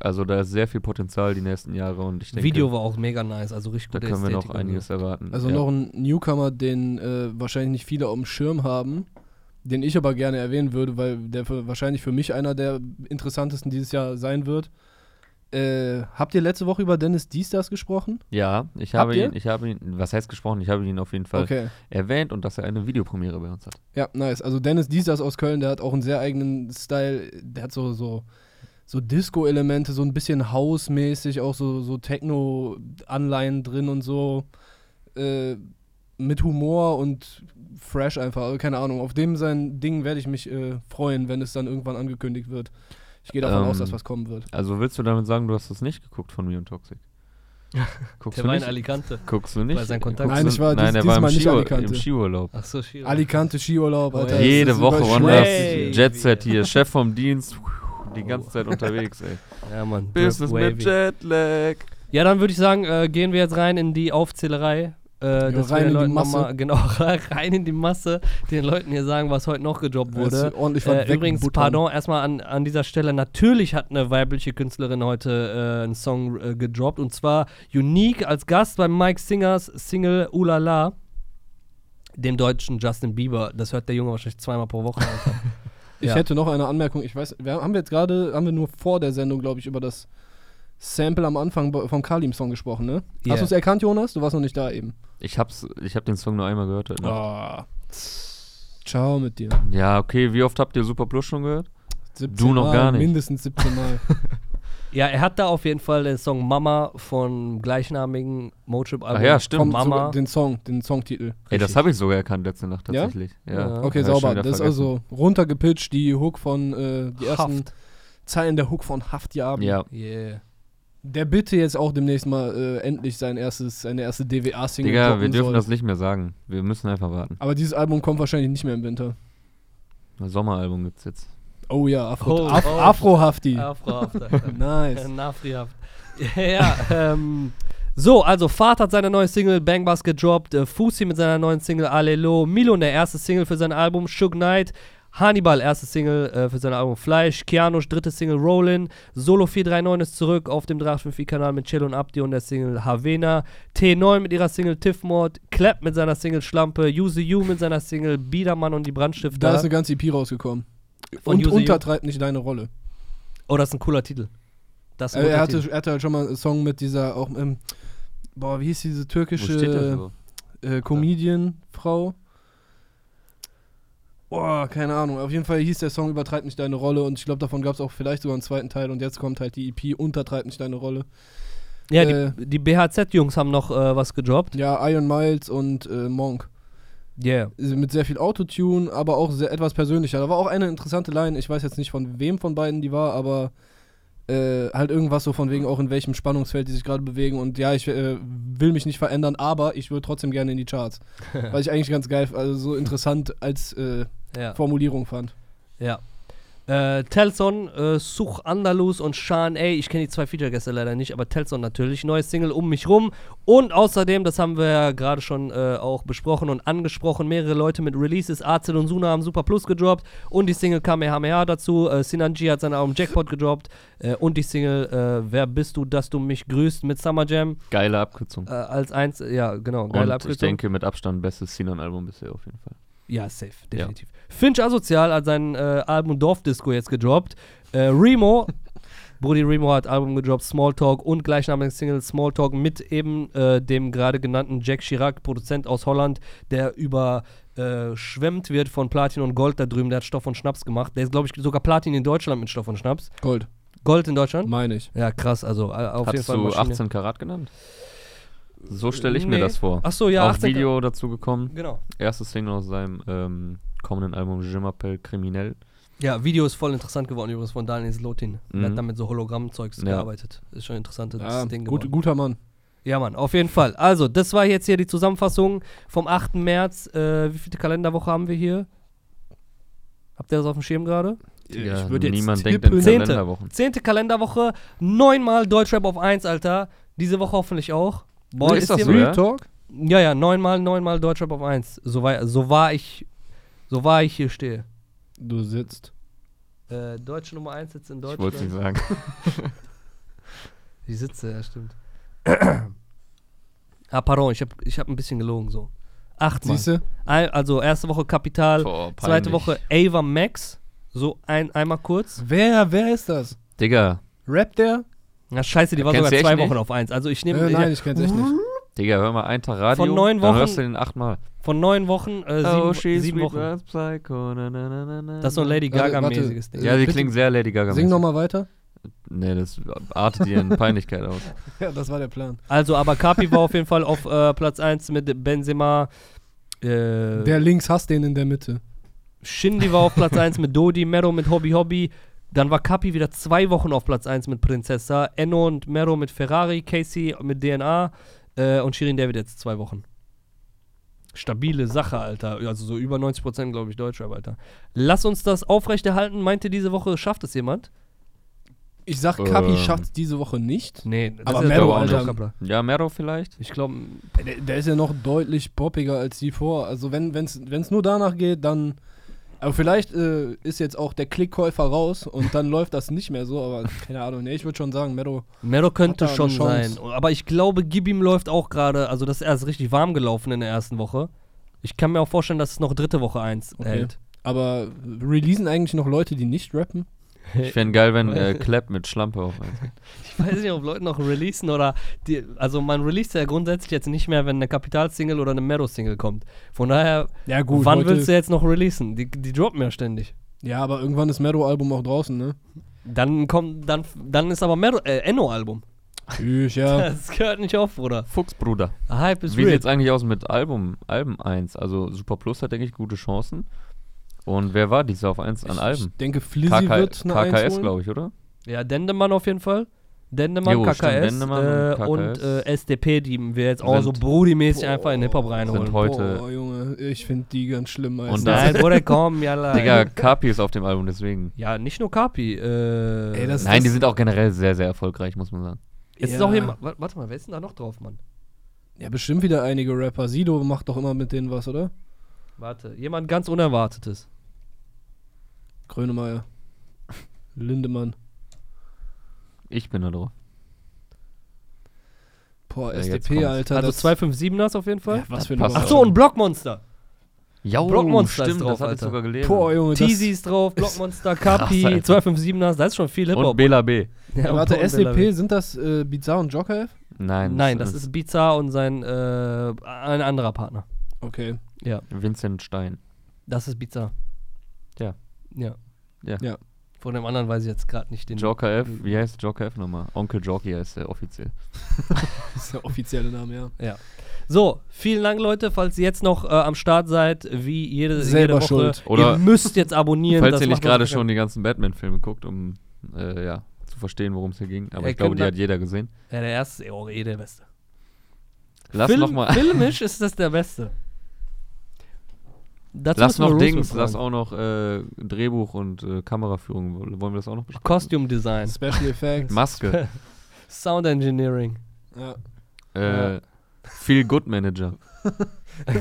B: Also da ist sehr viel Potenzial die nächsten Jahre und ich denke,
A: Video war auch mega nice, also richtig
B: da
A: gute
B: können wir noch
A: Ästhetik und so.
B: einiges erwarten.
C: Also
B: Ja.
C: noch ein Newcomer, den äh, wahrscheinlich nicht viele auf dem Schirm haben, den ich aber gerne erwähnen würde, weil der für, wahrscheinlich für mich einer der interessantesten dieses Jahr sein wird. Äh, habt ihr letzte Woche über Dennis Diesters gesprochen?
B: Ja, ich
C: Habt
B: habe
C: ihr?
B: ihn, ich habe ihn, was heißt gesprochen, ich habe ihn auf jeden Fall
C: Okay.
B: erwähnt und dass er eine Videopremiere bei uns hat.
C: Ja, nice. Also Dennis Diesters aus Köln, der hat auch einen sehr eigenen Style. Der hat so, so, so Disco-Elemente, so ein bisschen House-mäßig, auch so, so Techno-Anleihen drin und so. Äh, mit Humor und fresh einfach. Also keine Ahnung. Auf dem sein Ding werde ich mich äh, freuen, wenn es dann irgendwann angekündigt wird. Ich gehe davon
B: Ähm,
C: aus, dass was kommen wird.
B: Also willst du damit sagen, du hast das nicht geguckt von mir und
A: [laughs]
B: Toxic? Guckst
A: Der
B: du
A: war in
B: nicht?
A: Alicante.
B: Guckst du nicht?
A: Bei seinen Kontakten.
B: Guckst du-
C: Nein, ich war
B: nein,
C: dies-
B: er war im,
C: diesmal nicht
B: Skiur
C: Alicante.
B: im Skiurlaub.
A: Ach so, Shiro.
C: Alicante Skiurlaub, Alter.
A: Ey,
B: Jede
C: Das ist
B: Woche
C: überall
B: wandert
A: Schwäche.
B: Jet
A: [laughs]
B: Set hier, Chef vom Dienst, die ganze
A: Oh.
B: Zeit unterwegs, ey.
A: Ja, Mann.
B: Business
A: Wavy.
B: mit Jetlag.
A: Ja, dann würde ich sagen, äh, gehen wir jetzt rein in die Aufzählerei. Äh, dass
C: rein
A: wir
C: in
A: den
C: die
A: Leuten noch
C: Masse.
A: Mal, genau, [laughs] rein in die Masse, den Leuten hier sagen, was heute noch gejobbt
C: Schwäche.
A: wurde.
C: Ist Ordentlich was
A: Äh, übrigens,
C: weggebuttert.
A: pardon, erstmal an, an dieser Stelle, natürlich hat eine weibliche Künstlerin heute äh, einen Song äh, gedroppt und zwar Unique als Gast beim Mike Singers Single Ulala, dem deutschen Justin Bieber. Das hört der Junge wahrscheinlich zweimal pro Woche.
B: [laughs]
A: Alter.
C: Ich
A: Ja.
C: hätte noch eine Anmerkung. Ich weiß, wir haben wir jetzt gerade, haben wir nur vor der Sendung, glaube ich, über das Sample am Anfang bo- vom Kalim-Song gesprochen, ne?
A: Yeah.
C: Hast
B: Also
C: du es erkannt, Jonas? Du warst noch nicht da eben.
B: Ich hab's, ich hab den Song nur einmal gehört. Heute Nacht.
C: Ah. Ciao mit dir.
B: Ja, okay, wie oft habt ihr Super Plus schon gehört?
C: 17
B: Du noch
C: Mal,
B: gar nicht.
C: Mindestens 17
B: [laughs]
C: Mal.
A: ja, er hat da auf jeden Fall den Song Mama vom gleichnamigen Motrip-Album.
B: Ach ja, stimmt.
C: Komm,
A: Mama.
C: sogar den Song, den Songtitel.
B: Ey, das
A: Richtig.
B: habe ich sogar erkannt letzte Nacht
C: Ja?
B: tatsächlich. Ja?
A: Ja.
C: Okay,
B: Ja, schon
C: sauber.
B: wieder
C: Das ist
B: vergessen.
C: also runtergepitcht, die Hook von, äh, die ersten
A: Haft.
C: Zeilen der Hook von Haft ja
B: Ja,
A: Yeah.
C: Der bitte jetzt auch demnächst mal äh, endlich sein erstes, seine erste DWA-Single
B: Digga, wir dürfen
C: soll.
B: das nicht mehr sagen. Wir müssen einfach warten.
C: Aber dieses Album kommt wahrscheinlich nicht mehr im Winter.
B: Ein Sommeralbum gibt's jetzt.
C: Oh ja, Afro,
A: Oh,
C: Af
A: oh.
C: Afrohafti.
A: Afrohaft,
C: Nice.
A: Nafrihaft. Äh, [laughs] ja, ähm, so, also Fahrt hat seine neue Single Bang Bass gedroppt, äh, Fusi mit seiner neuen Single Alelo, Milon der erste Single für sein Album Shook Knight, Hannibal erste Single äh, für sein Album Fleisch, Kianush dritte Single Rollin, Solo 439 ist zurück auf dem 354-Kanal mit Chill und Abdi und der Single Havena, T9 mit ihrer Single Tiffmord, Clap mit seiner Single Schlampe, Use You mit seiner Single Biedermann und die Brandstifter.
C: Da ist eine ganze EP rausgekommen.
A: Von
C: und
A: User
C: untertreibt nicht deine Rolle.
A: oh, das ist ein cooler Titel. Das ist ein
C: Also er,
A: guter
C: hatte,
A: Titel.
C: er hatte halt schon mal einen Song mit dieser, auch ähm, boah, wie hieß
B: Wo
C: diese
B: steht das
C: türkische
B: überhaupt?
C: äh, Comedian-Frau? Boah, keine Ahnung. Auf jeden Fall hieß der Song Übertreib nicht deine Rolle und ich glaube, davon gab es auch vielleicht sogar einen zweiten Teil und jetzt kommt halt die EP Untertreib nicht deine Rolle.
A: Ja,
C: äh,
A: die, die BHZ-Jungs haben noch äh, was gedroppt.
C: Ja, Iron Miles und äh, Monk.
A: Yeah.
C: mit sehr viel Autotune, aber auch sehr, etwas persönlicher. Da war auch eine interessante Line, ich weiß jetzt nicht von wem von beiden die war, aber äh, halt irgendwas so von wegen auch in welchem Spannungsfeld die sich gerade bewegen und ja, ich äh, will mich nicht verändern, aber ich würde trotzdem gerne in die [laughs] Charts. weil ich eigentlich ganz geil, also so interessant als äh,
A: Ja.
C: Formulierung fand.
A: ja. Äh, Telson, äh, Such Andalus und Shan A. Ich kenne die zwei Feature-Gäste leider nicht, aber Telson natürlich. Neues Single um mich rum. Und außerdem, das haben wir ja gerade schon äh, auch besprochen und angesprochen, mehrere Leute mit Releases. Azel und Suna haben Super Plus gedroppt und die Single Kamehameha dazu. Äh, Sinanji hat sein Album Jackpot gedroppt äh, und die Single äh, Wer bist du, dass du mich grüßt mit Summer Jam
B: Geile Abkürzung.
A: äh, als eins. Ja, genau,
B: Und
A: geile
B: ich denke, mit Abstand bestes Sinan-Album bisher auf jeden Fall.
A: Ja, safe, definitiv.
B: [laughs]
A: Finch Asozial hat sein äh, Album Dorfdisco jetzt gedroppt. Äh, Remo, Brody Remo hat Album gedroppt, Smalltalk und gleichnamiges Single Smalltalk mit eben äh, dem gerade genannten Jack Chirac, Produzent aus Holland, der überschwemmt wird von Platin und Gold da drüben. Der hat Stoff und Schnaps gemacht. Der ist, glaube ich, sogar Platin in Deutschland mit Stoff und Schnaps.
C: Gold,
A: Gold in Deutschland?
C: meine ich.
A: Ja, krass. Also äh, auf jeden
B: Hattest
A: Fall
B: du
A: Maschine.
B: 18 Karat genannt? So stelle ich mir
A: Nee.
B: das vor.
A: Ach so, ja,
B: Auch
A: 18
B: Video dazu gekommen.
A: Genau.
B: Erstes Single aus seinem ähm, kommenden Album Je m'appelle Kriminell.
A: Ja, Video ist voll interessant geworden übrigens von Daniel Slotin.
B: Mhm.
A: Der hat damit so Hologramm-Zeugs
B: Ja.
A: gearbeitet. Ist schon interessant, das
C: Ja,
A: Ding
C: Ah, gut,
A: geworden.
C: guter Mann.
A: Ja, Mann, auf jeden Fall. Also, das war jetzt hier die Zusammenfassung vom 8. März. Äh, wie viele Kalenderwoche haben wir hier? Habt ihr das auf dem Schirm gerade?
B: Ja,
C: ich würde jetzt
B: niemand denkt in
C: tippen,
A: Zehnte.
B: Kalenderwochen.
A: Zehnte Kalenderwoche, neunmal Deutschrap auf 1, Alter. Diese Woche hoffentlich auch. Boah,
B: Ist das
A: hier-
B: so, ja?
C: Real Talk?
A: Ja, ja, neunmal, neunmal Deutschrap auf 1. So war, so war ich, so war ich hier stehe.
C: Du sitzt.
A: Äh, Deutsche Nummer 1 sitzt in
B: Ich
A: Deutschland.
B: wollte es nicht sagen.
A: Die Sitze, ja, stimmt. ah, pardon, ich habe ich hab ein bisschen gelogen so. Achtmal.
C: Siehst du?
A: Ein- Also erste Woche Kapital,
B: Boah,
A: zweite
B: peinlich.
A: Woche Ava Max, so ein, einmal kurz.
C: Wer, wer ist das?
B: Digga,
C: Rappt der?
A: Na scheiße, die war sogar
B: Kennst du echt
A: zwei
B: nicht?
A: Wochen auf eins. Also ich nehme
C: Äh, nein, ich kenn's echt nicht.
B: Digga, hör mal einen Tag Radio.
A: Von neun
B: Dann
A: Wochen-
B: hörst du den Oh, achtmal.
A: von neun Wochen äh, sieben, sieben Wochen.
B: Psycho. Na, na, na, na, na.
A: Das ist so ein Lady
C: Also, Warte,
A: Gaga-mäßiges
C: warte.
A: Ding.
B: Ja, die
C: Bitte-
B: klingen sehr Lady Gaga.
C: Sing nochmal weiter.
B: Nee, das artet dir in Peinlichkeit aus.
C: [laughs] Ja, das war der Plan.
A: Also, aber Kapi war auf jeden Fall auf äh, Platz 1 mit Benzema. Äh,
C: Der links hasst den in der Mitte.
A: Shindy war auf Platz 1 mit Dodi, Mero mit Hobby Hobby. Dann war Kapi wieder zwei Wochen auf Platz 1 mit Prinzessa. Enno und Mero mit Ferrari, Casey mit DNA äh, und Shirin David jetzt zwei Wochen. Stabile Sache, Alter. Also so über 90% glaube ich Deutschrap, Alter. Lass uns das aufrechterhalten. Meinte diese Woche, schafft es jemand?
C: Ich sag, Kapi
B: Ähm.
C: schafft's diese Woche nicht.
A: Nee, das
C: Aber
A: ist ja
C: Mero,
A: doch auch
C: Alter.
A: ein Hochkappler.
B: Ja, Mero vielleicht.
A: Ich glaube,
C: Der, der ist ja noch deutlich poppiger als die vor. Also wenn wenn's, wenn's nur danach geht, dann. Aber vielleicht äh, ist jetzt auch der Klickkäufer raus und
B: [laughs]
C: dann läuft das nicht mehr so, aber keine Ahnung. Nee, ich würde schon sagen, Meadow.
A: Mero könnte
C: Hat er
A: schon
C: eine Chance?
A: sein. Aber ich glaube, Gibim läuft auch gerade, also das ist erst richtig warm gelaufen in der ersten Woche. Ich kann mir auch vorstellen, dass es noch dritte Woche 1
C: Okay.
A: hält.
C: Aber releasen eigentlich noch Leute, die nicht rappen?
B: Ich fände geil, wenn
A: [laughs]
B: äh, Clap mit Schlampe auf eins.
A: Ich weiß nicht, ob Leute noch releasen oder die, also man release ja grundsätzlich jetzt nicht mehr, wenn eine Kapital-Single oder eine Meadow-Single kommt. Von daher,
C: Ja, gut.
A: wann
C: heute-
A: willst du jetzt noch releasen? Die, die droppen ja ständig.
C: Ja, aber irgendwann ist Meadow-Album auch draußen, ne?
A: Dann kommt, dann, dann ist aber Meadow, äh, Enno-Album.
C: Tschüss,
A: [laughs]
C: ja.
A: Das gehört nicht auf, Bruder.
B: Fuchsbruder.
A: Hype ist
B: Wie
A: real.
B: sieht's eigentlich aus mit Album, Alben 1? Also Super Plus hat, denke ich, gute Chancen. Und wer war dieser auf 1 an
C: Ich,
B: Alben?
C: ich denke, Flizzy
B: KK
C: wird eine
B: KKS, glaube ich, oder?
A: Ja, Dendemann auf jeden Fall. Dendemann,
B: Jo,
A: KKS,
B: stimmt, Dendemann und
A: äh,
B: KKS.
A: und äh, SDP, die wir jetzt auch
B: Sind-
A: so brudimäßig
C: Boah,
A: einfach in den Hip-Hop reinholen.
B: sind heute-
C: Boah, Junge, ich finde die ganz schlimm. Alter.
B: Und
A: Nein, Bruder, komm,
B: [laughs]
A: ja, leid.
B: Digga, Kapi ist auf dem Album, deswegen.
A: Ja, nicht nur Kapi. Äh,
C: Ey, das-
B: Nein, die sind auch generell sehr, sehr erfolgreich, muss man sagen.
A: es ist
C: Ja.
A: auch jemand. wa- Warte mal, wer ist denn da noch drauf, Mann?
C: Ja, bestimmt wieder einige Rapper. Sido macht doch immer mit denen was, oder?
A: Warte, jemand ganz Unerwartetes.
C: Grönemeyer. Lindemann.
B: Ich bin da drauf.
C: Boah,
B: Ja, jetzt
C: SDP,
B: kommt's.
C: Alter.
A: also
C: das-
A: 257 ers auf jeden Fall.
C: ja, Was für ein
B: Passt.
A: Ach so, und Blockmonster.
B: Ja,
A: Blockmonster ist
B: stimmt,
A: drauf,
B: das hab ich
A: Alter.
B: sogar gelesen.
C: Boah, Junge, das,
A: Teasy ist drauf,
C: [laughs]
A: Blockmonster, Kapi,
B: Alter.
A: 257 ers das ist schon viel
B: und
A: Hip-Hop.
B: Bela B.
A: Ja, und
C: Warte, E
A: Bob
C: SDP,
A: Dylan.
C: sind das äh, Bizarre und Jocker?
B: Nein,
A: Nein, das ist Bizarre und sein äh, ein anderer Partner.
C: Okay. [laughs]
B: Vincent Stein.
A: Das ist Bizarre.
B: Tja.
A: Ja.
B: Ja.
C: Ja.
A: Von dem anderen weiß ich jetzt gerade nicht den.
B: Joker F, wie heißt Joker F nochmal? Onkel Jockey heißt der offiziell.
C: Das ist der offizielle Name, ja.
A: So, vielen Dank, Leute, falls ihr jetzt noch äh, am Start seid, wie jede, jede
C: Selber
A: Woche.
C: schuld.
A: ihr
B: Oder
A: müsst jetzt abonnieren.
B: falls
A: das
B: ihr nicht
A: macht uns
B: gerade
A: keinen-
B: schon die ganzen Batman-Filme guckt, um äh, ja, zu verstehen, worum es hier ging. Aber
A: Ja,
B: ich glaube,
A: Äh, können
B: die
A: wir-
B: hat jeder gesehen.
A: Ja, der erste ist eh auch eh der beste.
B: Lass
A: Film,
B: noch mal,
A: Filmisch ist das der beste. Dazu müssen
B: lass
A: wir
B: noch
A: Roosevelt
B: Dings, lass
A: fragen.
B: auch noch äh, Drehbuch und äh, Kameraführung. Wollen wir das auch noch besprechen?
A: Costume Design,
C: Special
A: [laughs]
C: Effects.
B: Maske.
A: Sound Engineering.
C: ja.
B: äh, Feel Good Manager.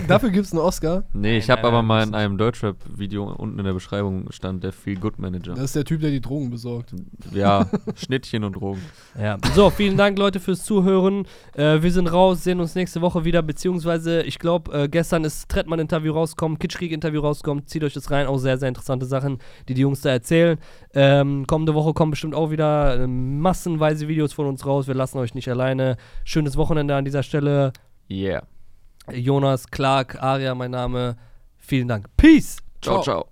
C: Dafür gibt es einen Oscar.
B: Nee, ich
A: Nein,
B: habe
A: nein,
B: aber
A: nein,
B: mal
A: das
B: in
A: ist-
B: einem Deutschrap-Video unten in der Beschreibung stand der Feel Good Manager.
C: Das ist der Typ, der die Drogen besorgt.
A: [laughs]
B: Ja, Schnittchen und Drogen.
A: Ja. So, vielen Dank, Leute, fürs Zuhören. Äh, wir sind raus, sehen uns nächste Woche wieder, beziehungsweise, ich glaube, äh, gestern ist Trettmann-Interview rausgekommen, Kitschkrieg-Interview rausgekommen, zieht euch das rein, auch sehr, sehr interessante Sachen, die die Jungs da erzählen. Ähm, kommende Woche kommen bestimmt auch wieder äh, massenweise Videos von uns raus, wir lassen euch nicht alleine. Schönes Wochenende an dieser Stelle.
B: Yeah.
A: Jonas, Clark, Aria, mein Name. Vielen Dank. Peace!
B: Ciao,
C: Ciao.
B: ciao.